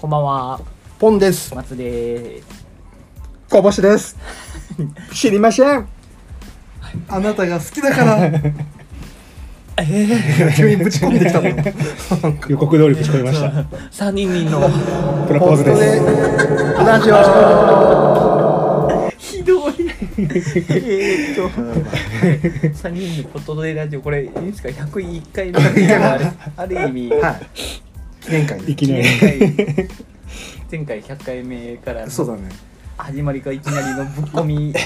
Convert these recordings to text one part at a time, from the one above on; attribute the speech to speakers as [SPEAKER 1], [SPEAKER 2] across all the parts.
[SPEAKER 1] こんばんは、
[SPEAKER 2] ポンです。
[SPEAKER 1] 松です。
[SPEAKER 3] こぼし です。知りません。
[SPEAKER 2] あなたが好きだ から。急にぶち込んできたのよ。
[SPEAKER 3] 予告通りぶち込みました。
[SPEAKER 1] 三人の
[SPEAKER 3] プロポーズです。
[SPEAKER 2] ラジオ。
[SPEAKER 1] ひどい。えーっと、三人のことでラジオこれいいですか？百一回目あれあ る意味、
[SPEAKER 2] はい。記念会
[SPEAKER 3] い
[SPEAKER 2] に。
[SPEAKER 3] きなり。
[SPEAKER 1] 前回前回100回目から
[SPEAKER 2] そうだね。
[SPEAKER 1] 始まりがいきなりのぶっ込みぶっ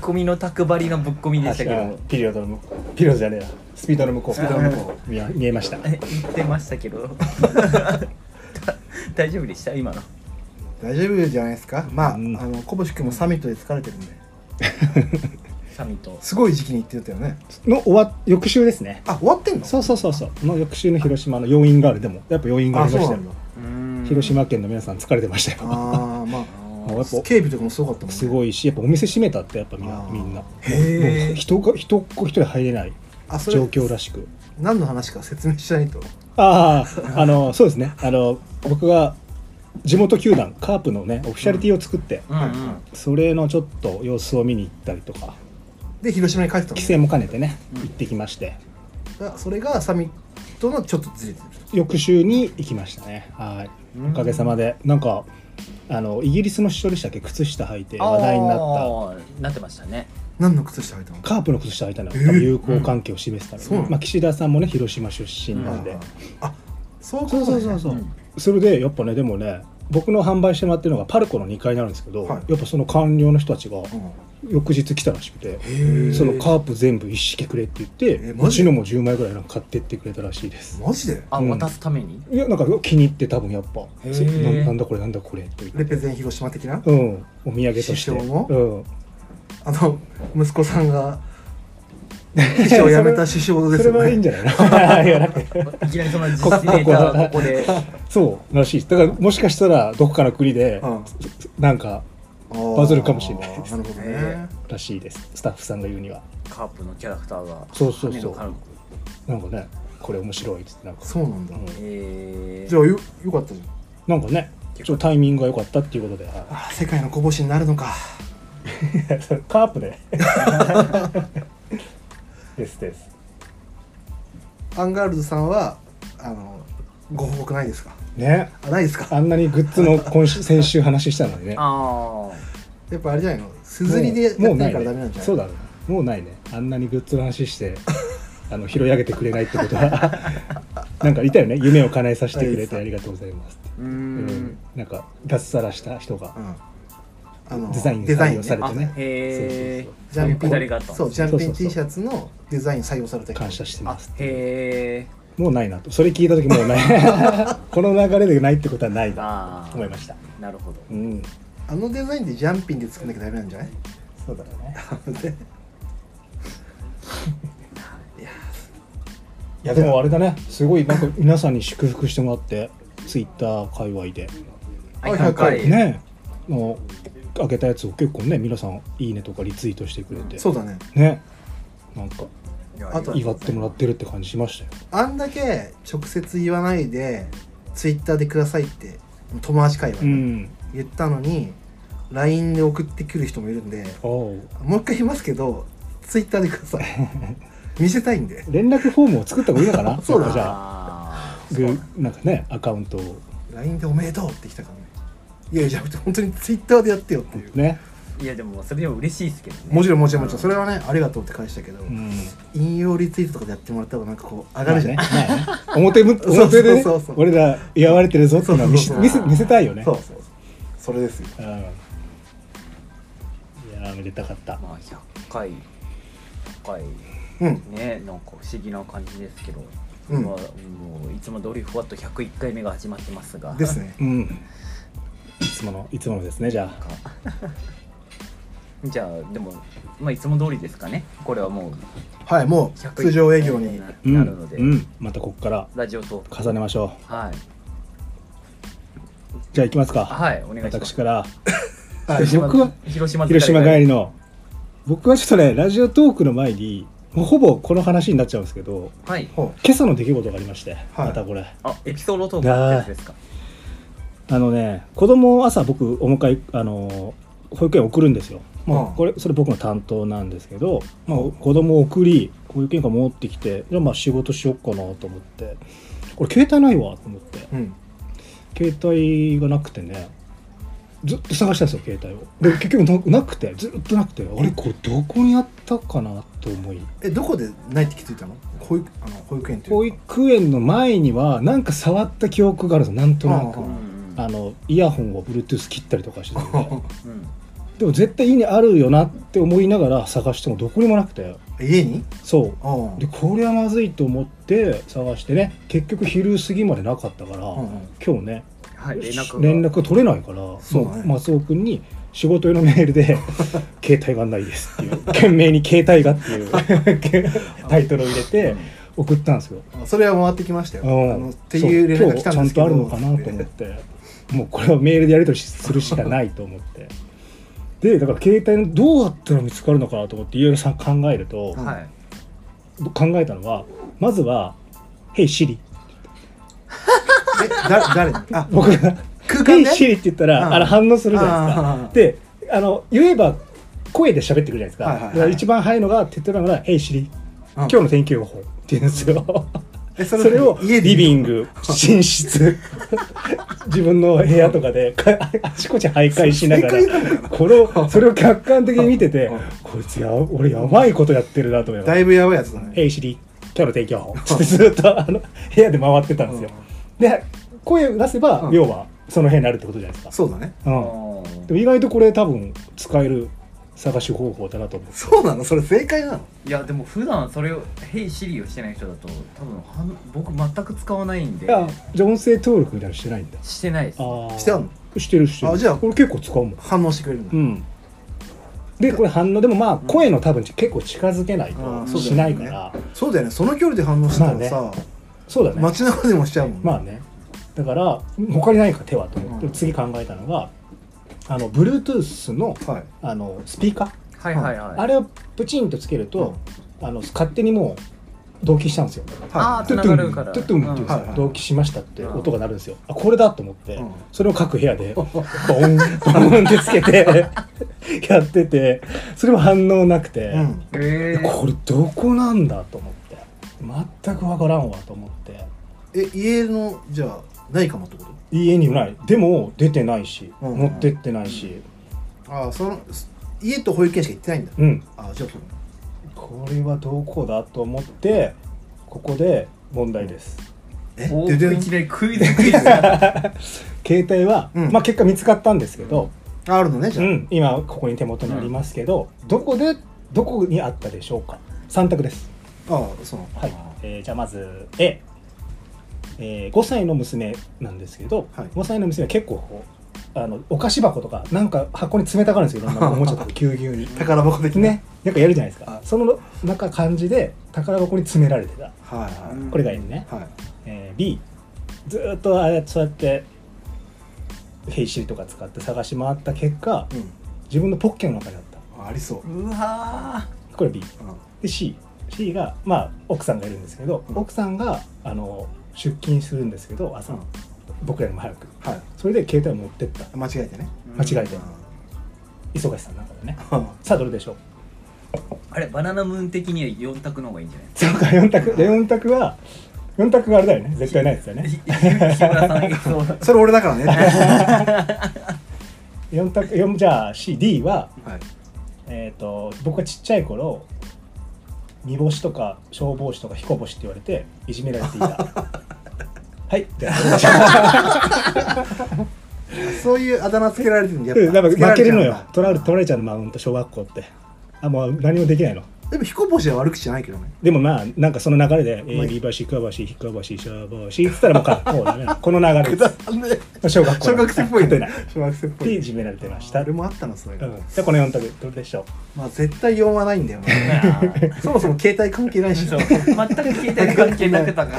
[SPEAKER 1] 込みのたくばりのぶっ込みでしたけど
[SPEAKER 3] ピリオドの向こう。ピリオドじゃねえな。スピードの向こう。
[SPEAKER 2] スピードの向こ
[SPEAKER 3] 見え見えました。
[SPEAKER 1] え言ってましたけど だ大丈夫でした今の
[SPEAKER 2] 大丈夫じゃないですか。まあ、あ
[SPEAKER 3] うん
[SPEAKER 2] の、こぼし君もサミットで疲れてるんで。
[SPEAKER 1] サミット
[SPEAKER 2] すごい時期に行ってたよね。
[SPEAKER 3] の終わ翌週ですね。
[SPEAKER 2] あ、終わってんの。
[SPEAKER 3] そうそうそうそう。の翌週の広島の要因があるでもやっぱ要因があ
[SPEAKER 2] あ、
[SPEAKER 3] りま
[SPEAKER 2] そう
[SPEAKER 3] した
[SPEAKER 2] な
[SPEAKER 3] よ
[SPEAKER 2] ん。だ。
[SPEAKER 3] 広島県の皆さん疲れてましたよ。
[SPEAKER 2] ああ、ま
[SPEAKER 3] もう や
[SPEAKER 2] あ。
[SPEAKER 3] っぱ
[SPEAKER 2] 警備とかもすごかったもんね。
[SPEAKER 3] すごいし、やっぱお店閉めたってやっぱみんな
[SPEAKER 2] あー
[SPEAKER 3] みんな。
[SPEAKER 1] へー
[SPEAKER 3] もう人が人っ子一人入れない
[SPEAKER 2] あ、それ
[SPEAKER 3] 状況らしく。
[SPEAKER 2] 何の話か説明しないと。
[SPEAKER 3] ああ、あのそうですね。あの僕が地元球団カープのねオフィシャリティを作って。
[SPEAKER 1] うんうん、
[SPEAKER 3] それのちょっと様子を見に行ったりとか
[SPEAKER 2] で、広島に帰ってたの
[SPEAKER 3] 規
[SPEAKER 2] ね
[SPEAKER 3] 制も兼ねてね、
[SPEAKER 1] うん
[SPEAKER 3] 行ってきまして
[SPEAKER 2] だ。それがサミットのちょっとずれてる。
[SPEAKER 3] 翌週に行きましたねはい
[SPEAKER 1] うん
[SPEAKER 3] おかげさまでなんかあのイギリスの首相でしたっけ靴下履いて話題になった
[SPEAKER 1] たなってましたね
[SPEAKER 2] 何の靴下履いたの。
[SPEAKER 3] カープの靴下履いたの、
[SPEAKER 2] えー
[SPEAKER 3] 友好関係を示すため
[SPEAKER 2] そうな
[SPEAKER 3] に、
[SPEAKER 2] の
[SPEAKER 3] まあ、岸田さんもね広島出身なんで、
[SPEAKER 2] あーあそういうこと
[SPEAKER 3] そ
[SPEAKER 2] ね
[SPEAKER 3] うそうそうそう、
[SPEAKER 1] うん
[SPEAKER 3] それでやっぱねでもね僕の販売してもらってるのがパルコの2階になるんですけど、
[SPEAKER 2] はい
[SPEAKER 3] やっぱその官僚の人たちが
[SPEAKER 2] うん
[SPEAKER 3] 翌日来たらしくて、
[SPEAKER 2] へー
[SPEAKER 3] そのカープ全部一式くれって言って、
[SPEAKER 2] えマ
[SPEAKER 3] う
[SPEAKER 2] ジ
[SPEAKER 3] ちのも10枚ぐらいなんか買ってってくれたらしいです。
[SPEAKER 2] マジで
[SPEAKER 1] あ、
[SPEAKER 3] うん
[SPEAKER 1] 渡すために
[SPEAKER 3] いや、なんか気に入って多分やっぱ、
[SPEAKER 1] へー
[SPEAKER 3] そななんだこれなんだこれって言
[SPEAKER 2] レ
[SPEAKER 3] っ
[SPEAKER 2] ペ
[SPEAKER 3] て。
[SPEAKER 2] ゼン広島的な
[SPEAKER 3] うん、お土産とし
[SPEAKER 2] 師
[SPEAKER 3] て。
[SPEAKER 2] 匠の
[SPEAKER 3] うん。
[SPEAKER 2] あの息子さんが師匠を辞めた師匠です
[SPEAKER 3] それ
[SPEAKER 2] よ
[SPEAKER 3] はいいん
[SPEAKER 2] ね
[SPEAKER 3] じゃないのいやなんか
[SPEAKER 1] いきなりその実践データはここで
[SPEAKER 3] そうらしいですだからもしかしたらどこかの国で
[SPEAKER 2] うん
[SPEAKER 3] なんか
[SPEAKER 2] あー
[SPEAKER 3] バズるかもしれないです
[SPEAKER 2] なるほどね
[SPEAKER 1] え
[SPEAKER 3] らしいですスタッフさんが言うには
[SPEAKER 1] カープのキャラクターが
[SPEAKER 3] そうそうそ
[SPEAKER 1] 羽の
[SPEAKER 3] う
[SPEAKER 1] カルク
[SPEAKER 3] なんかねこれ面白いっつってなんか
[SPEAKER 2] そうなんだ
[SPEAKER 3] うん
[SPEAKER 1] えー、
[SPEAKER 2] じゃあよよかったじゃん
[SPEAKER 3] なんかねちょっとタイミングが良かったっていうことで はい
[SPEAKER 2] あー世界のこぼしになるのか
[SPEAKER 3] カープでですです
[SPEAKER 2] アンガールズさんはあのご報告ないですか
[SPEAKER 3] ね
[SPEAKER 2] あないですか
[SPEAKER 3] あんなにグッズの今週先週話したのにね
[SPEAKER 1] あ
[SPEAKER 2] やっぱあれじゃないのすずりでやって
[SPEAKER 3] もう
[SPEAKER 2] る
[SPEAKER 3] もう
[SPEAKER 2] か
[SPEAKER 3] ない
[SPEAKER 2] ら
[SPEAKER 3] ね
[SPEAKER 2] ダメなんじゃない
[SPEAKER 3] そうだねもうないねあんなにグッズの話して あの拾い上げてくれないってことは なんかいたよね夢を叶えさせてくれてありがとうございますって
[SPEAKER 1] ーうー
[SPEAKER 3] うんんなんか脱サラした人が
[SPEAKER 2] うんあの
[SPEAKER 3] デザイン
[SPEAKER 2] デザインね
[SPEAKER 3] 採用されてね
[SPEAKER 1] あへー
[SPEAKER 3] そうそ
[SPEAKER 2] ジ
[SPEAKER 3] う
[SPEAKER 2] ャンピン
[SPEAKER 1] くだりがあった
[SPEAKER 2] そうジャンピン
[SPEAKER 3] そうそうそう
[SPEAKER 2] T シャツのデザイン採用された
[SPEAKER 3] そ
[SPEAKER 2] 人
[SPEAKER 3] う感謝して
[SPEAKER 1] あ
[SPEAKER 3] ます
[SPEAKER 1] へえ
[SPEAKER 3] もうないなとそれ聞いた時もうない この流れでないってことはないな
[SPEAKER 1] あ
[SPEAKER 3] と
[SPEAKER 1] ー
[SPEAKER 3] 思いました
[SPEAKER 1] なるほど
[SPEAKER 3] うん
[SPEAKER 2] あのデザインでジャンピンで作んなきゃダメなんじゃない
[SPEAKER 3] そうだろうね
[SPEAKER 2] で
[SPEAKER 3] いやでもあれだねすごいなんか皆さんに祝福してもらってツイッター界隈で
[SPEAKER 1] はい
[SPEAKER 2] はい
[SPEAKER 1] は
[SPEAKER 2] はい
[SPEAKER 1] い
[SPEAKER 3] ねの開けたやつを結構ね皆さん「いいね」とかリツイートしてくれて、
[SPEAKER 2] そうだね
[SPEAKER 3] ねなんか
[SPEAKER 2] あと
[SPEAKER 3] 祝ってもらってるって感じしましたよ
[SPEAKER 2] あんだけ直接言わないでツイッターでくださいって友達会話
[SPEAKER 3] う
[SPEAKER 2] で
[SPEAKER 3] ん
[SPEAKER 2] 言ったのに、LINE で送ってくる人もいるんで
[SPEAKER 3] あ
[SPEAKER 2] もう一回言いますけどツイッターでくだ さい見せたいんで
[SPEAKER 3] 連絡フォームを作った方がいいのかな
[SPEAKER 2] そうだ
[SPEAKER 3] やっぱじゃあ
[SPEAKER 1] あーそう
[SPEAKER 3] グーなんかねアカウントを
[SPEAKER 2] LINE でおめでとうって来たからねいやいやじゃなくて本当にツイッターでやってよっていう
[SPEAKER 3] ね、
[SPEAKER 1] いやでもそれでも嬉しいですけどね
[SPEAKER 2] もちろんもちろんもちろん
[SPEAKER 1] う
[SPEAKER 2] それはねありがとうって返したけど、
[SPEAKER 3] うん、
[SPEAKER 2] 引用リツイートとかでやってもらった方がなんかこう上が
[SPEAKER 3] まあ
[SPEAKER 2] るじゃ
[SPEAKER 3] ね
[SPEAKER 2] ない、
[SPEAKER 3] まあね表む
[SPEAKER 2] そうそう
[SPEAKER 3] 表でね
[SPEAKER 2] そうそう
[SPEAKER 3] 俺ら祝われてるぞっていうのは見せ
[SPEAKER 2] そう
[SPEAKER 1] そう
[SPEAKER 3] 見
[SPEAKER 1] そ
[SPEAKER 3] せ
[SPEAKER 1] う
[SPEAKER 3] 見せたい よね
[SPEAKER 2] そうそうそうそれですよ
[SPEAKER 3] うん、いやーめでたかった
[SPEAKER 1] まあ100回100
[SPEAKER 2] うん
[SPEAKER 1] 回ねなんか不思議な感じですけど、
[SPEAKER 2] うん
[SPEAKER 1] まあもういつも通りふわっと101回目が始まってますが
[SPEAKER 2] ですね
[SPEAKER 3] うんいつものいつものですねじゃあ
[SPEAKER 1] か じゃあでも、まあ、いつも通りですかねこれはもう
[SPEAKER 2] はいもう
[SPEAKER 1] 101
[SPEAKER 2] 通常営業に
[SPEAKER 3] うん
[SPEAKER 1] なるので、
[SPEAKER 3] うん、またここから
[SPEAKER 1] ラジオトーク
[SPEAKER 3] 重ねましょう
[SPEAKER 1] はい
[SPEAKER 3] じゃあ行きますか、
[SPEAKER 1] はいお願いしま
[SPEAKER 3] 私
[SPEAKER 1] す
[SPEAKER 3] から
[SPEAKER 2] はい
[SPEAKER 1] 広島
[SPEAKER 3] 僕は
[SPEAKER 1] 広島疲れ
[SPEAKER 3] 広島帰りの僕はちょっとねラジオトークの前にもうほぼこの話になっちゃうんですけど
[SPEAKER 1] はい
[SPEAKER 2] ほ
[SPEAKER 3] 今朝の出来事がありまして、
[SPEAKER 2] はい
[SPEAKER 3] またこれ
[SPEAKER 1] あエピソードトークってやつですか
[SPEAKER 3] あのね子供を朝僕お迎えあの保育園送るんですよ、まあ
[SPEAKER 2] うん
[SPEAKER 3] これそれ僕の担当なんですけど、まあ、子供を送り保育園から持ってきてじゃあまあ仕事しよっかなと思ってこれ携帯ないわと思って
[SPEAKER 2] うん
[SPEAKER 3] 携帯がなくてねずっと探したんですよ携帯をで結局ななくてずっとなくてあれこれどこにあったかなと思い
[SPEAKER 2] えどこでないって気づいたの保育あの保育園というか
[SPEAKER 3] 保育園の前にはなんか触った記憶があるんですよなんとなく
[SPEAKER 2] う
[SPEAKER 1] うん
[SPEAKER 2] ん
[SPEAKER 3] あのイヤホンを Bluetooth 切ったりとかしてたんで
[SPEAKER 1] うん
[SPEAKER 3] でも絶対家にあるよなって思いながら探してもどこにもなくて
[SPEAKER 2] 家に
[SPEAKER 3] そ
[SPEAKER 2] ああ
[SPEAKER 3] うでこれはまずいと思って探してね結局昼過ぎまでなかったから、
[SPEAKER 2] うんうん
[SPEAKER 3] 今日ね
[SPEAKER 1] はい連絡が
[SPEAKER 3] 連絡が取れないから
[SPEAKER 2] そうだね
[SPEAKER 3] も松尾君に仕事用のメー ルで「携帯がないです」っていう懸命に「携帯が」っていう タイトルを入れて送ったんですよ。
[SPEAKER 2] それは回ってきましたよ、
[SPEAKER 3] うん
[SPEAKER 2] あのっていう連絡が来たんですけど
[SPEAKER 3] そう今日ちゃんとあるのかなと思ってもうこれはメールでやり取りするしかないと思ってでだから携帯のどうやったら見つかるのかなと思っていろいろさ考えると
[SPEAKER 2] うん
[SPEAKER 1] はい
[SPEAKER 3] 考えたのはまずは「Hey Siri
[SPEAKER 2] えだ誰にあ」
[SPEAKER 3] 僕が「
[SPEAKER 2] 空間
[SPEAKER 3] Hey
[SPEAKER 2] で
[SPEAKER 3] Siri」って言ったら、
[SPEAKER 2] うん
[SPEAKER 3] あの反応するじゃないですか。
[SPEAKER 2] ああ
[SPEAKER 3] であの言えば声で喋ってくるじゃないですか,、
[SPEAKER 2] はいはいはい
[SPEAKER 3] だから一番早いのが手っ取り早いのが「Hey シリ
[SPEAKER 2] うん
[SPEAKER 3] 今日の天気予報」って言うんですよ、
[SPEAKER 2] え
[SPEAKER 3] そ
[SPEAKER 2] そ
[SPEAKER 3] れ
[SPEAKER 2] れ
[SPEAKER 3] を
[SPEAKER 2] 家で
[SPEAKER 3] リビング寝室 自分の部屋とかでかあちこち徘徊しなが
[SPEAKER 2] 正解なの
[SPEAKER 3] らこれをそれを客観的に見てて
[SPEAKER 2] うん
[SPEAKER 3] こいつや俺やばいことやってるなと思いなが
[SPEAKER 2] だ
[SPEAKER 3] ら
[SPEAKER 2] いぶやばいやつだ
[SPEAKER 3] 「
[SPEAKER 2] ね
[SPEAKER 3] Hey シリ今日の天気予報」ってずっとあの部屋で回ってたんですよ、で声を出せば、
[SPEAKER 2] うん
[SPEAKER 3] 要はその辺になるってことじゃないですか、
[SPEAKER 2] そうだね
[SPEAKER 3] うん、でも意外とこれ多分使える探し方法だなと思う
[SPEAKER 2] そうなのそれ正解なの
[SPEAKER 1] いやでも普段それを「ヘイシリをしてない人だと多分はん僕全く使わないんで
[SPEAKER 3] いやじゃあ音声登録みたいなのしてないんだ
[SPEAKER 1] してないです
[SPEAKER 3] あ
[SPEAKER 2] してあんの
[SPEAKER 3] してるしてる
[SPEAKER 2] あじゃあ
[SPEAKER 3] これ結構使うもん
[SPEAKER 2] 反応してくれるの、
[SPEAKER 3] うんでこれ反応でもまあ声の多分結構近づけない
[SPEAKER 2] あーそうだよ
[SPEAKER 3] と
[SPEAKER 2] ね
[SPEAKER 3] しないから
[SPEAKER 2] そうだよねその距離で反応してたらさ、
[SPEAKER 3] そうだね
[SPEAKER 2] 街中でもしちゃうもん、
[SPEAKER 3] まあねだから他に何か手はと思って
[SPEAKER 2] うん
[SPEAKER 3] 次考えたのがあの Bluetooth の
[SPEAKER 2] はい
[SPEAKER 3] あのスピーカ
[SPEAKER 1] は
[SPEAKER 3] ー
[SPEAKER 1] いはいはい
[SPEAKER 3] あれをプチンとつけるとあの勝手にもう同期したんですよ
[SPEAKER 1] あー
[SPEAKER 2] は
[SPEAKER 3] ト
[SPEAKER 1] 繋
[SPEAKER 3] ゥトゥ
[SPEAKER 1] が
[SPEAKER 3] ン
[SPEAKER 1] るから
[SPEAKER 3] トゥトゥンっていう
[SPEAKER 2] はい
[SPEAKER 3] さ
[SPEAKER 2] はい
[SPEAKER 3] 同期しましたって音が鳴るんですよあこれだと思って、
[SPEAKER 2] うん
[SPEAKER 3] それを各部屋でボンボンってつけてやっててそれも反応なくて、
[SPEAKER 2] い、うん、
[SPEAKER 1] えー
[SPEAKER 3] これどこなんだと思って全くわからんわと思って
[SPEAKER 2] え家のじゃあないかもってこ
[SPEAKER 3] 家にないでも出てないし、
[SPEAKER 2] うん
[SPEAKER 3] 持ってってないし
[SPEAKER 2] とああその家と保育園しか行ってないんだ
[SPEAKER 3] うん、
[SPEAKER 2] ああじゃあそう
[SPEAKER 3] これはどこだと思ってここで問題です、
[SPEAKER 2] え
[SPEAKER 1] お
[SPEAKER 2] で
[SPEAKER 1] ーいき
[SPEAKER 2] で
[SPEAKER 1] なりクイズクイズが
[SPEAKER 3] 携帯は、
[SPEAKER 2] うん
[SPEAKER 3] まあ結果見つかったんですけど、
[SPEAKER 2] あるのねじゃ
[SPEAKER 3] う
[SPEAKER 2] あ、
[SPEAKER 3] ん、今ここに手元にありますけど、どこでどこにあったでしょうか3択です、
[SPEAKER 2] ああそう
[SPEAKER 3] はいえーじゃあまず A、えー5歳の娘なんですけど、
[SPEAKER 2] はい
[SPEAKER 3] 5歳の娘は結構こうあのお菓子箱とかなんか箱に詰めたがるんですよいろんなおもちゃとかぎゅうぎゅうに
[SPEAKER 2] 宝箱的な
[SPEAKER 3] ねなんかやるじゃないですか
[SPEAKER 2] あ
[SPEAKER 3] その中感じで宝箱に詰められてた
[SPEAKER 2] はいはい、
[SPEAKER 1] うん
[SPEAKER 3] これが N ね、
[SPEAKER 2] はい
[SPEAKER 3] えー B ずーっとああやってそうやってヘイシリとか使って探し回った結果
[SPEAKER 2] う
[SPEAKER 3] 自分のポッケの中にあった
[SPEAKER 2] ん、あありそう、
[SPEAKER 1] うわ
[SPEAKER 3] これ B
[SPEAKER 2] う
[SPEAKER 3] で C, C が、まあ、奥さんがいるんですけど、
[SPEAKER 2] うん
[SPEAKER 3] 奥さんがあの出勤するんですけど朝、
[SPEAKER 2] ん、
[SPEAKER 3] 僕らよりも早く
[SPEAKER 2] は
[SPEAKER 3] それで携帯を持ってった
[SPEAKER 2] い間違えてね、
[SPEAKER 1] ー
[SPEAKER 3] 間違え
[SPEAKER 2] う
[SPEAKER 3] て
[SPEAKER 2] ん、
[SPEAKER 3] 忙しさの中でね
[SPEAKER 2] あ
[SPEAKER 3] さあどれでしょう
[SPEAKER 1] あれバナナムーン的には4択の方がいいんじゃない
[SPEAKER 3] そうか4択で4択は4択があれだよね絶対ないですよね
[SPEAKER 1] ひひむ木村さんがそう
[SPEAKER 2] それ俺だから ねは
[SPEAKER 3] 4択四じゃあ CD は、
[SPEAKER 2] い
[SPEAKER 3] えー、と僕がちっちゃい頃煮干しとか消防士とか彦星って言われていじめられて いたはいじゃあどれでしょう
[SPEAKER 2] そういうあだ名つけられてるのやっぱ
[SPEAKER 3] うんなん
[SPEAKER 2] つら
[SPEAKER 3] か負
[SPEAKER 2] れち
[SPEAKER 3] け
[SPEAKER 2] ゃ
[SPEAKER 3] る
[SPEAKER 2] うん
[SPEAKER 3] の
[SPEAKER 2] だ
[SPEAKER 3] よ取られ取られちゃうのマウント小学校ってあもう何もできないの
[SPEAKER 2] でも彦星は悪口じゃないけどね
[SPEAKER 3] でもまあなんかその流れで「え
[SPEAKER 2] まあ
[SPEAKER 3] ー、リバシクワバシヒクワバシシャーバシ」っつったらもうかもうダメなの この流れです小学校
[SPEAKER 2] 小学生っぽい
[SPEAKER 3] 勝て
[SPEAKER 2] ね
[SPEAKER 3] ない
[SPEAKER 2] 小学生っぽ
[SPEAKER 3] で
[SPEAKER 2] い
[SPEAKER 3] いじめられてました、う
[SPEAKER 2] 俺
[SPEAKER 3] ん、じ
[SPEAKER 2] もあったなそういうの、
[SPEAKER 3] ゃあこの4択どれでしょ
[SPEAKER 2] まあ絶対4はないんだよなそもそも携帯関係ないし
[SPEAKER 1] そう全く携帯関係なくたから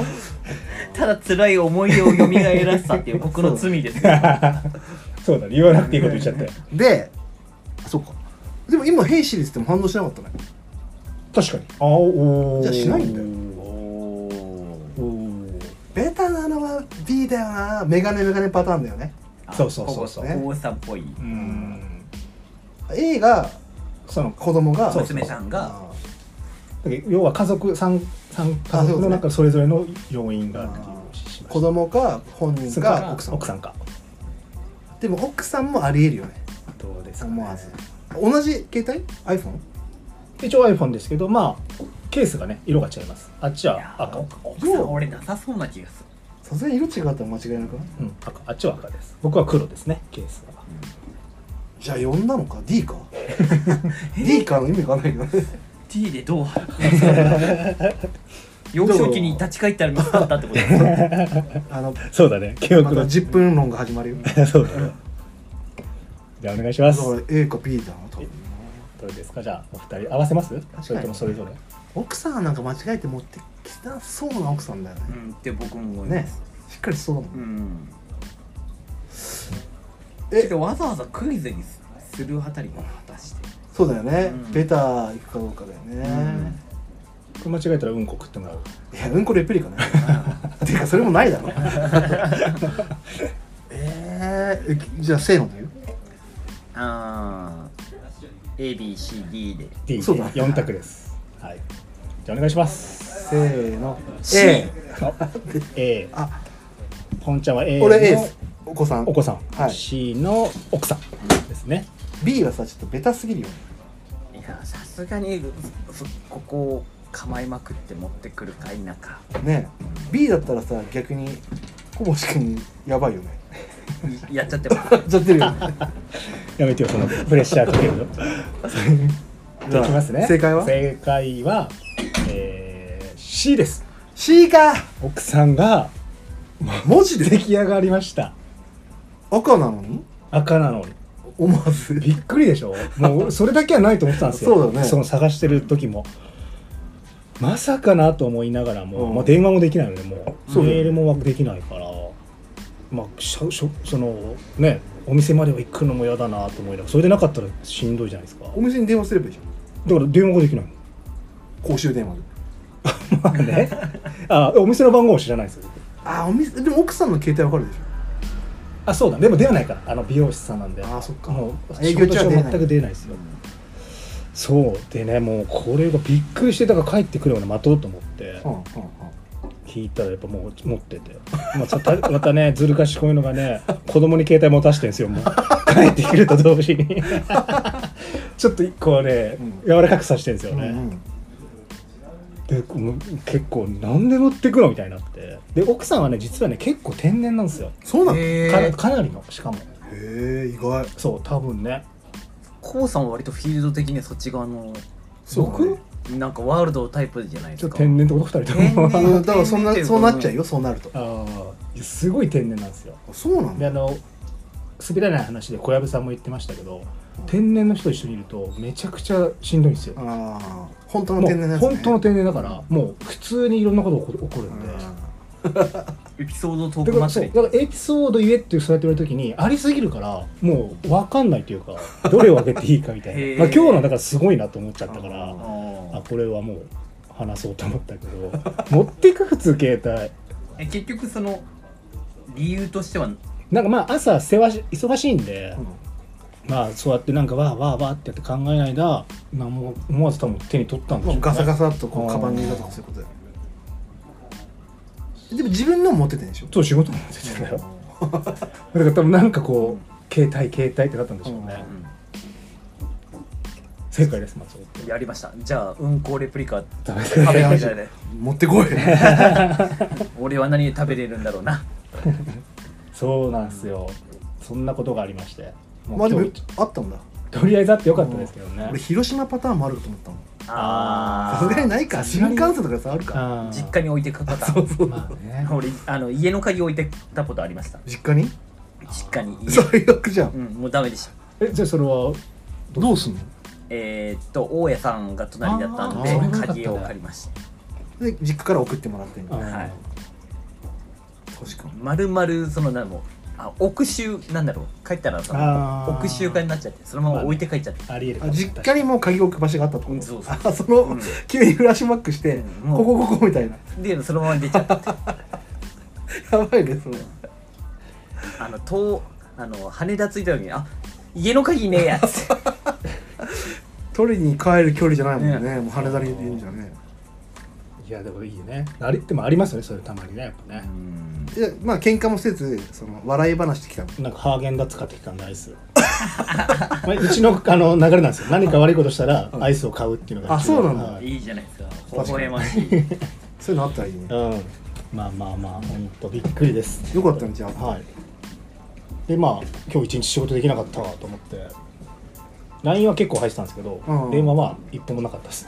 [SPEAKER 1] ただ辛い思い出を蘇らせたっていう僕の罪ですよ
[SPEAKER 3] う そうだね言わなくていいこと言っちゃったよ
[SPEAKER 2] であそうかでも今兵士ですっても反応しなかったね
[SPEAKER 3] 確かにあおー
[SPEAKER 2] じゃあしないんだよ
[SPEAKER 1] おー
[SPEAKER 3] おー
[SPEAKER 2] ベタなのは B だよなメガネメガネパターンだよね
[SPEAKER 1] あ
[SPEAKER 3] そうそうそうそう
[SPEAKER 1] 保護と保護さんっぽい
[SPEAKER 3] うん
[SPEAKER 2] 映画
[SPEAKER 3] その
[SPEAKER 2] 子供が
[SPEAKER 3] そう
[SPEAKER 1] 娘さんが
[SPEAKER 2] あ
[SPEAKER 3] だけど要は家族三三家族の中それぞれの要因があるっていう話し
[SPEAKER 2] ー
[SPEAKER 3] ました
[SPEAKER 2] 子供か本
[SPEAKER 3] そ
[SPEAKER 2] 人
[SPEAKER 3] れか
[SPEAKER 2] か
[SPEAKER 3] 奥
[SPEAKER 2] 奥
[SPEAKER 3] さ
[SPEAKER 2] さ
[SPEAKER 3] ん
[SPEAKER 2] ん
[SPEAKER 3] 奥さんか
[SPEAKER 2] でも奥さんもありえるよね
[SPEAKER 3] どうですかね
[SPEAKER 2] 思わず同じ携帯 iPhone?
[SPEAKER 3] 一応 iPhone ですけどまあケースがね色が違いますあっち
[SPEAKER 1] いや
[SPEAKER 3] は赤、
[SPEAKER 1] 奥さん俺なさそうな気がす
[SPEAKER 2] さすがに色違ったら間違いなくない
[SPEAKER 3] うん、赤あっちは赤です僕は黒ですねケースは
[SPEAKER 2] じゃあ4なのか D か D かの意味がないよ ね
[SPEAKER 1] る T でどう幼少期に立ち返ったら見つかったってことですね
[SPEAKER 2] あの
[SPEAKER 3] そうだね記憶
[SPEAKER 2] また
[SPEAKER 3] の、
[SPEAKER 2] 10分論が始まるよ
[SPEAKER 3] そうだねじゃあお願いし
[SPEAKER 2] だ
[SPEAKER 3] ます
[SPEAKER 2] から A か B だな多分
[SPEAKER 3] どうですかじゃあお二人合わせます
[SPEAKER 2] に
[SPEAKER 3] それともそれぞれ
[SPEAKER 2] 奥さんはなんか間違えて持ってきたそうな奥さんだよね
[SPEAKER 1] う、んって僕も思いま
[SPEAKER 2] ね
[SPEAKER 1] す
[SPEAKER 2] しっかりしそうだもん、
[SPEAKER 1] うん
[SPEAKER 2] え
[SPEAKER 1] けどわざわざクイズにするあたりが果たして
[SPEAKER 2] そうだよね、
[SPEAKER 1] うん
[SPEAKER 2] ベタ行くかどうかだよね、
[SPEAKER 3] これ間違えたらうんこ食ってもらう
[SPEAKER 2] いやうんこレプリカねていうかそれもないだ ろえー、えじゃあせーので言う
[SPEAKER 1] あー ABCD で
[SPEAKER 3] D
[SPEAKER 2] そうだ
[SPEAKER 3] 4択ですはいじゃあお願いします
[SPEAKER 2] せーの
[SPEAKER 1] C
[SPEAKER 2] A
[SPEAKER 3] A
[SPEAKER 2] あ
[SPEAKER 3] ポンちゃんは A の
[SPEAKER 2] 俺 A ですお子さん
[SPEAKER 3] お子さん、
[SPEAKER 2] はい
[SPEAKER 3] C の奥さんですね
[SPEAKER 2] B はさちょっとベタすぎるよね
[SPEAKER 1] いやさすがにそここを構えまくって持ってくるか否か
[SPEAKER 2] ね B だったらさ逆に小星君やばいよね
[SPEAKER 1] いやっちゃってます
[SPEAKER 2] や っちゃってるよ ね
[SPEAKER 3] やめてよそのプレッシャーかけるの
[SPEAKER 2] じ
[SPEAKER 3] で
[SPEAKER 2] ゃあ
[SPEAKER 3] きますね
[SPEAKER 2] 正解は
[SPEAKER 3] 正解は、えー C です
[SPEAKER 2] C か
[SPEAKER 3] 奥さんが
[SPEAKER 2] 文字
[SPEAKER 3] 出
[SPEAKER 2] で
[SPEAKER 3] 来上がりました
[SPEAKER 2] 赤なのに
[SPEAKER 3] 赤なのに
[SPEAKER 2] 思わず
[SPEAKER 3] びっくりでしょもうそれだけはないと思ってたんですよ
[SPEAKER 2] そうだね
[SPEAKER 3] の探してる時もまさかなと思いながらも、
[SPEAKER 2] うん
[SPEAKER 3] まあ、電話もできないのでもう
[SPEAKER 2] そうだよね
[SPEAKER 3] メールもできないからまあしょしょそのねお店までは行くのも嫌だなと思いながらそれでなかったらしんどいじゃないですか
[SPEAKER 2] お店に電話すればいいじ
[SPEAKER 3] だから電話ができないの
[SPEAKER 2] ゃん公衆電話で
[SPEAKER 3] ま あねあお店の番号を知らないんですよ
[SPEAKER 2] あお店でも奥さんの携帯わかるでし
[SPEAKER 3] あそうだでも出ないからあの美容師さんなんで
[SPEAKER 2] ょあそっか
[SPEAKER 3] もう
[SPEAKER 2] 営
[SPEAKER 3] 営
[SPEAKER 2] 業
[SPEAKER 3] 業
[SPEAKER 2] 中は
[SPEAKER 3] 中
[SPEAKER 2] 出
[SPEAKER 3] は
[SPEAKER 2] ない
[SPEAKER 3] 全く出ないですよそうでねもうこれがびっくりしてだから帰ってくるような待とうと思って
[SPEAKER 2] うんうんうん
[SPEAKER 3] 聞いたらやっぱもう持って て、まあ、さたまたねずる賢いのがね子供に携帯持たしてんですよもう 帰ってくると同時に ちょっとこうね、
[SPEAKER 2] うん
[SPEAKER 3] 柔らかくさしてんですよね、
[SPEAKER 2] うんうん
[SPEAKER 3] でもう結構なんで持ってくのみたいになってで奥さんはね実はね結構天然なんですよ
[SPEAKER 2] そうなのへ
[SPEAKER 1] へ
[SPEAKER 3] かかなりのしかも
[SPEAKER 2] え意外
[SPEAKER 3] そう多分ね
[SPEAKER 1] こうさんは割とフィールド的にそっち側の
[SPEAKER 2] そうだね
[SPEAKER 1] なんかワールドタイプじゃないで
[SPEAKER 3] ち
[SPEAKER 1] す
[SPEAKER 3] ょっ
[SPEAKER 1] か
[SPEAKER 3] と天然ってこと2人とも
[SPEAKER 1] 天然
[SPEAKER 2] うんだからそんな
[SPEAKER 1] 天然っていうか
[SPEAKER 2] そうなっちゃうよそうなると
[SPEAKER 3] ああすごい天然なんですよ
[SPEAKER 2] そうなん
[SPEAKER 3] で
[SPEAKER 2] だ
[SPEAKER 3] あの滑らない話で小籔さんも言ってましたけど天然の人と一緒にいるとめちゃくちゃしんどいんですよ
[SPEAKER 2] ああ本当の
[SPEAKER 3] も
[SPEAKER 2] 天然なや
[SPEAKER 3] う
[SPEAKER 2] つね
[SPEAKER 3] 本当の天然だからもう普通にいろんなことが起こ起こる
[SPEAKER 2] うん
[SPEAKER 3] んで
[SPEAKER 1] エピソードト
[SPEAKER 3] だ
[SPEAKER 1] ー
[SPEAKER 3] か
[SPEAKER 1] ク
[SPEAKER 3] らそう
[SPEAKER 1] 祭り
[SPEAKER 3] だからエピソード言えってそうやって言われた時にありすぎるからもう分かんないというかどれを挙げていいかみた
[SPEAKER 1] へ
[SPEAKER 3] い
[SPEAKER 1] え
[SPEAKER 3] な、まあ、今日のだからすごいなと思っちゃったから
[SPEAKER 2] あ
[SPEAKER 3] あ
[SPEAKER 1] あー
[SPEAKER 3] これはもう話そうと思ったけど持ってく普通携帯
[SPEAKER 1] え結局その理由としては
[SPEAKER 3] なんかまあ朝世話し忙しいんで、
[SPEAKER 2] うん
[SPEAKER 3] まあそうやってなんかわーわーわーってやって考えない間何も思わず多分手に取ったんでし
[SPEAKER 2] も
[SPEAKER 3] ょう
[SPEAKER 2] う
[SPEAKER 3] ね
[SPEAKER 2] ガサガサっとこうカバンに入れたとかそういうことだよでも自分のも持ってたんでしょ
[SPEAKER 3] そう仕事も出てたよだから多分なんかこう携帯携帯ってなったんでしょうね、正解です松
[SPEAKER 1] うんやりましたじゃあうんこレプリカ
[SPEAKER 3] ダメです
[SPEAKER 1] 食べ
[SPEAKER 2] れ
[SPEAKER 1] れ
[SPEAKER 2] ま
[SPEAKER 1] る
[SPEAKER 2] し
[SPEAKER 1] じ
[SPEAKER 2] ょ
[SPEAKER 1] ゃ
[SPEAKER 2] う
[SPEAKER 1] ない
[SPEAKER 2] 持ってこい
[SPEAKER 1] 俺は何で食べれるんだろうな
[SPEAKER 3] そうなんですよそんなことがありましてもう
[SPEAKER 2] まあでも
[SPEAKER 3] と
[SPEAKER 2] あったんだ
[SPEAKER 3] とりあえずあってよかったですけどね
[SPEAKER 2] 俺広島パターンもあると思ったもん
[SPEAKER 1] あ
[SPEAKER 2] さ
[SPEAKER 1] ー
[SPEAKER 2] すがにないか
[SPEAKER 3] さす
[SPEAKER 2] 新
[SPEAKER 3] がに
[SPEAKER 2] 幹線とかさあるか
[SPEAKER 3] あー
[SPEAKER 1] 実家に置いてかかった
[SPEAKER 3] まあね
[SPEAKER 1] 俺あの家の鍵置いてたことありました
[SPEAKER 2] 実家に
[SPEAKER 1] 実家に
[SPEAKER 2] 最悪じゃん
[SPEAKER 1] うんもうダメでした
[SPEAKER 3] えじゃあそれは
[SPEAKER 2] どうすんの
[SPEAKER 1] えーっと大家さんが隣だったん
[SPEAKER 3] あーそれ
[SPEAKER 1] で
[SPEAKER 3] もよかったね
[SPEAKER 1] 鍵を借りました
[SPEAKER 2] で実家から送ってもらってん
[SPEAKER 3] あー
[SPEAKER 2] の
[SPEAKER 1] はい
[SPEAKER 2] 確かに
[SPEAKER 1] まるまるその何もあ奥州なんだろう帰ったらそ
[SPEAKER 3] あ
[SPEAKER 1] の
[SPEAKER 3] ー
[SPEAKER 1] 奥州家になっちゃってそのまま置いて帰っちゃって、
[SPEAKER 3] ありえるか
[SPEAKER 2] あ
[SPEAKER 3] も
[SPEAKER 2] 実家にもう鍵置く場所があったって
[SPEAKER 1] う
[SPEAKER 2] こ
[SPEAKER 1] ん
[SPEAKER 2] と
[SPEAKER 1] そうそう
[SPEAKER 2] あその
[SPEAKER 1] うん
[SPEAKER 2] 急にフラッシュバックして
[SPEAKER 1] うんも
[SPEAKER 2] こ
[SPEAKER 1] う
[SPEAKER 2] こここみたいな
[SPEAKER 1] でそのまま出ちゃって
[SPEAKER 2] やばいねそれ
[SPEAKER 1] あの東あの羽田着いた時に「あ家の鍵ねえや」つって
[SPEAKER 2] 取りに帰る距離じゃないもんねもう羽田にいるんじゃね
[SPEAKER 3] いやでもいいねあれでもありますよねそういうたまにねやっぱね、
[SPEAKER 2] いやまあ喧嘩もせずその笑い話できたの
[SPEAKER 3] なんかハーゲンダッツ買ってきたんでアイスを まあうちのあの流れなんですよ何か悪いことしたらアイスを買うっていうのが
[SPEAKER 2] あそうなんだ
[SPEAKER 3] はい
[SPEAKER 1] いいじゃないですか
[SPEAKER 2] かに
[SPEAKER 1] 微笑ましい
[SPEAKER 2] そういうのあったらいいね
[SPEAKER 3] うんまあまあまあ本当びっくりです
[SPEAKER 2] よかったねじゃあ
[SPEAKER 3] はいでまあ今日一日仕事できなかったわと思って LINE は結構入ってたんですけど、
[SPEAKER 2] うん
[SPEAKER 3] 電話は一本もなかっ たです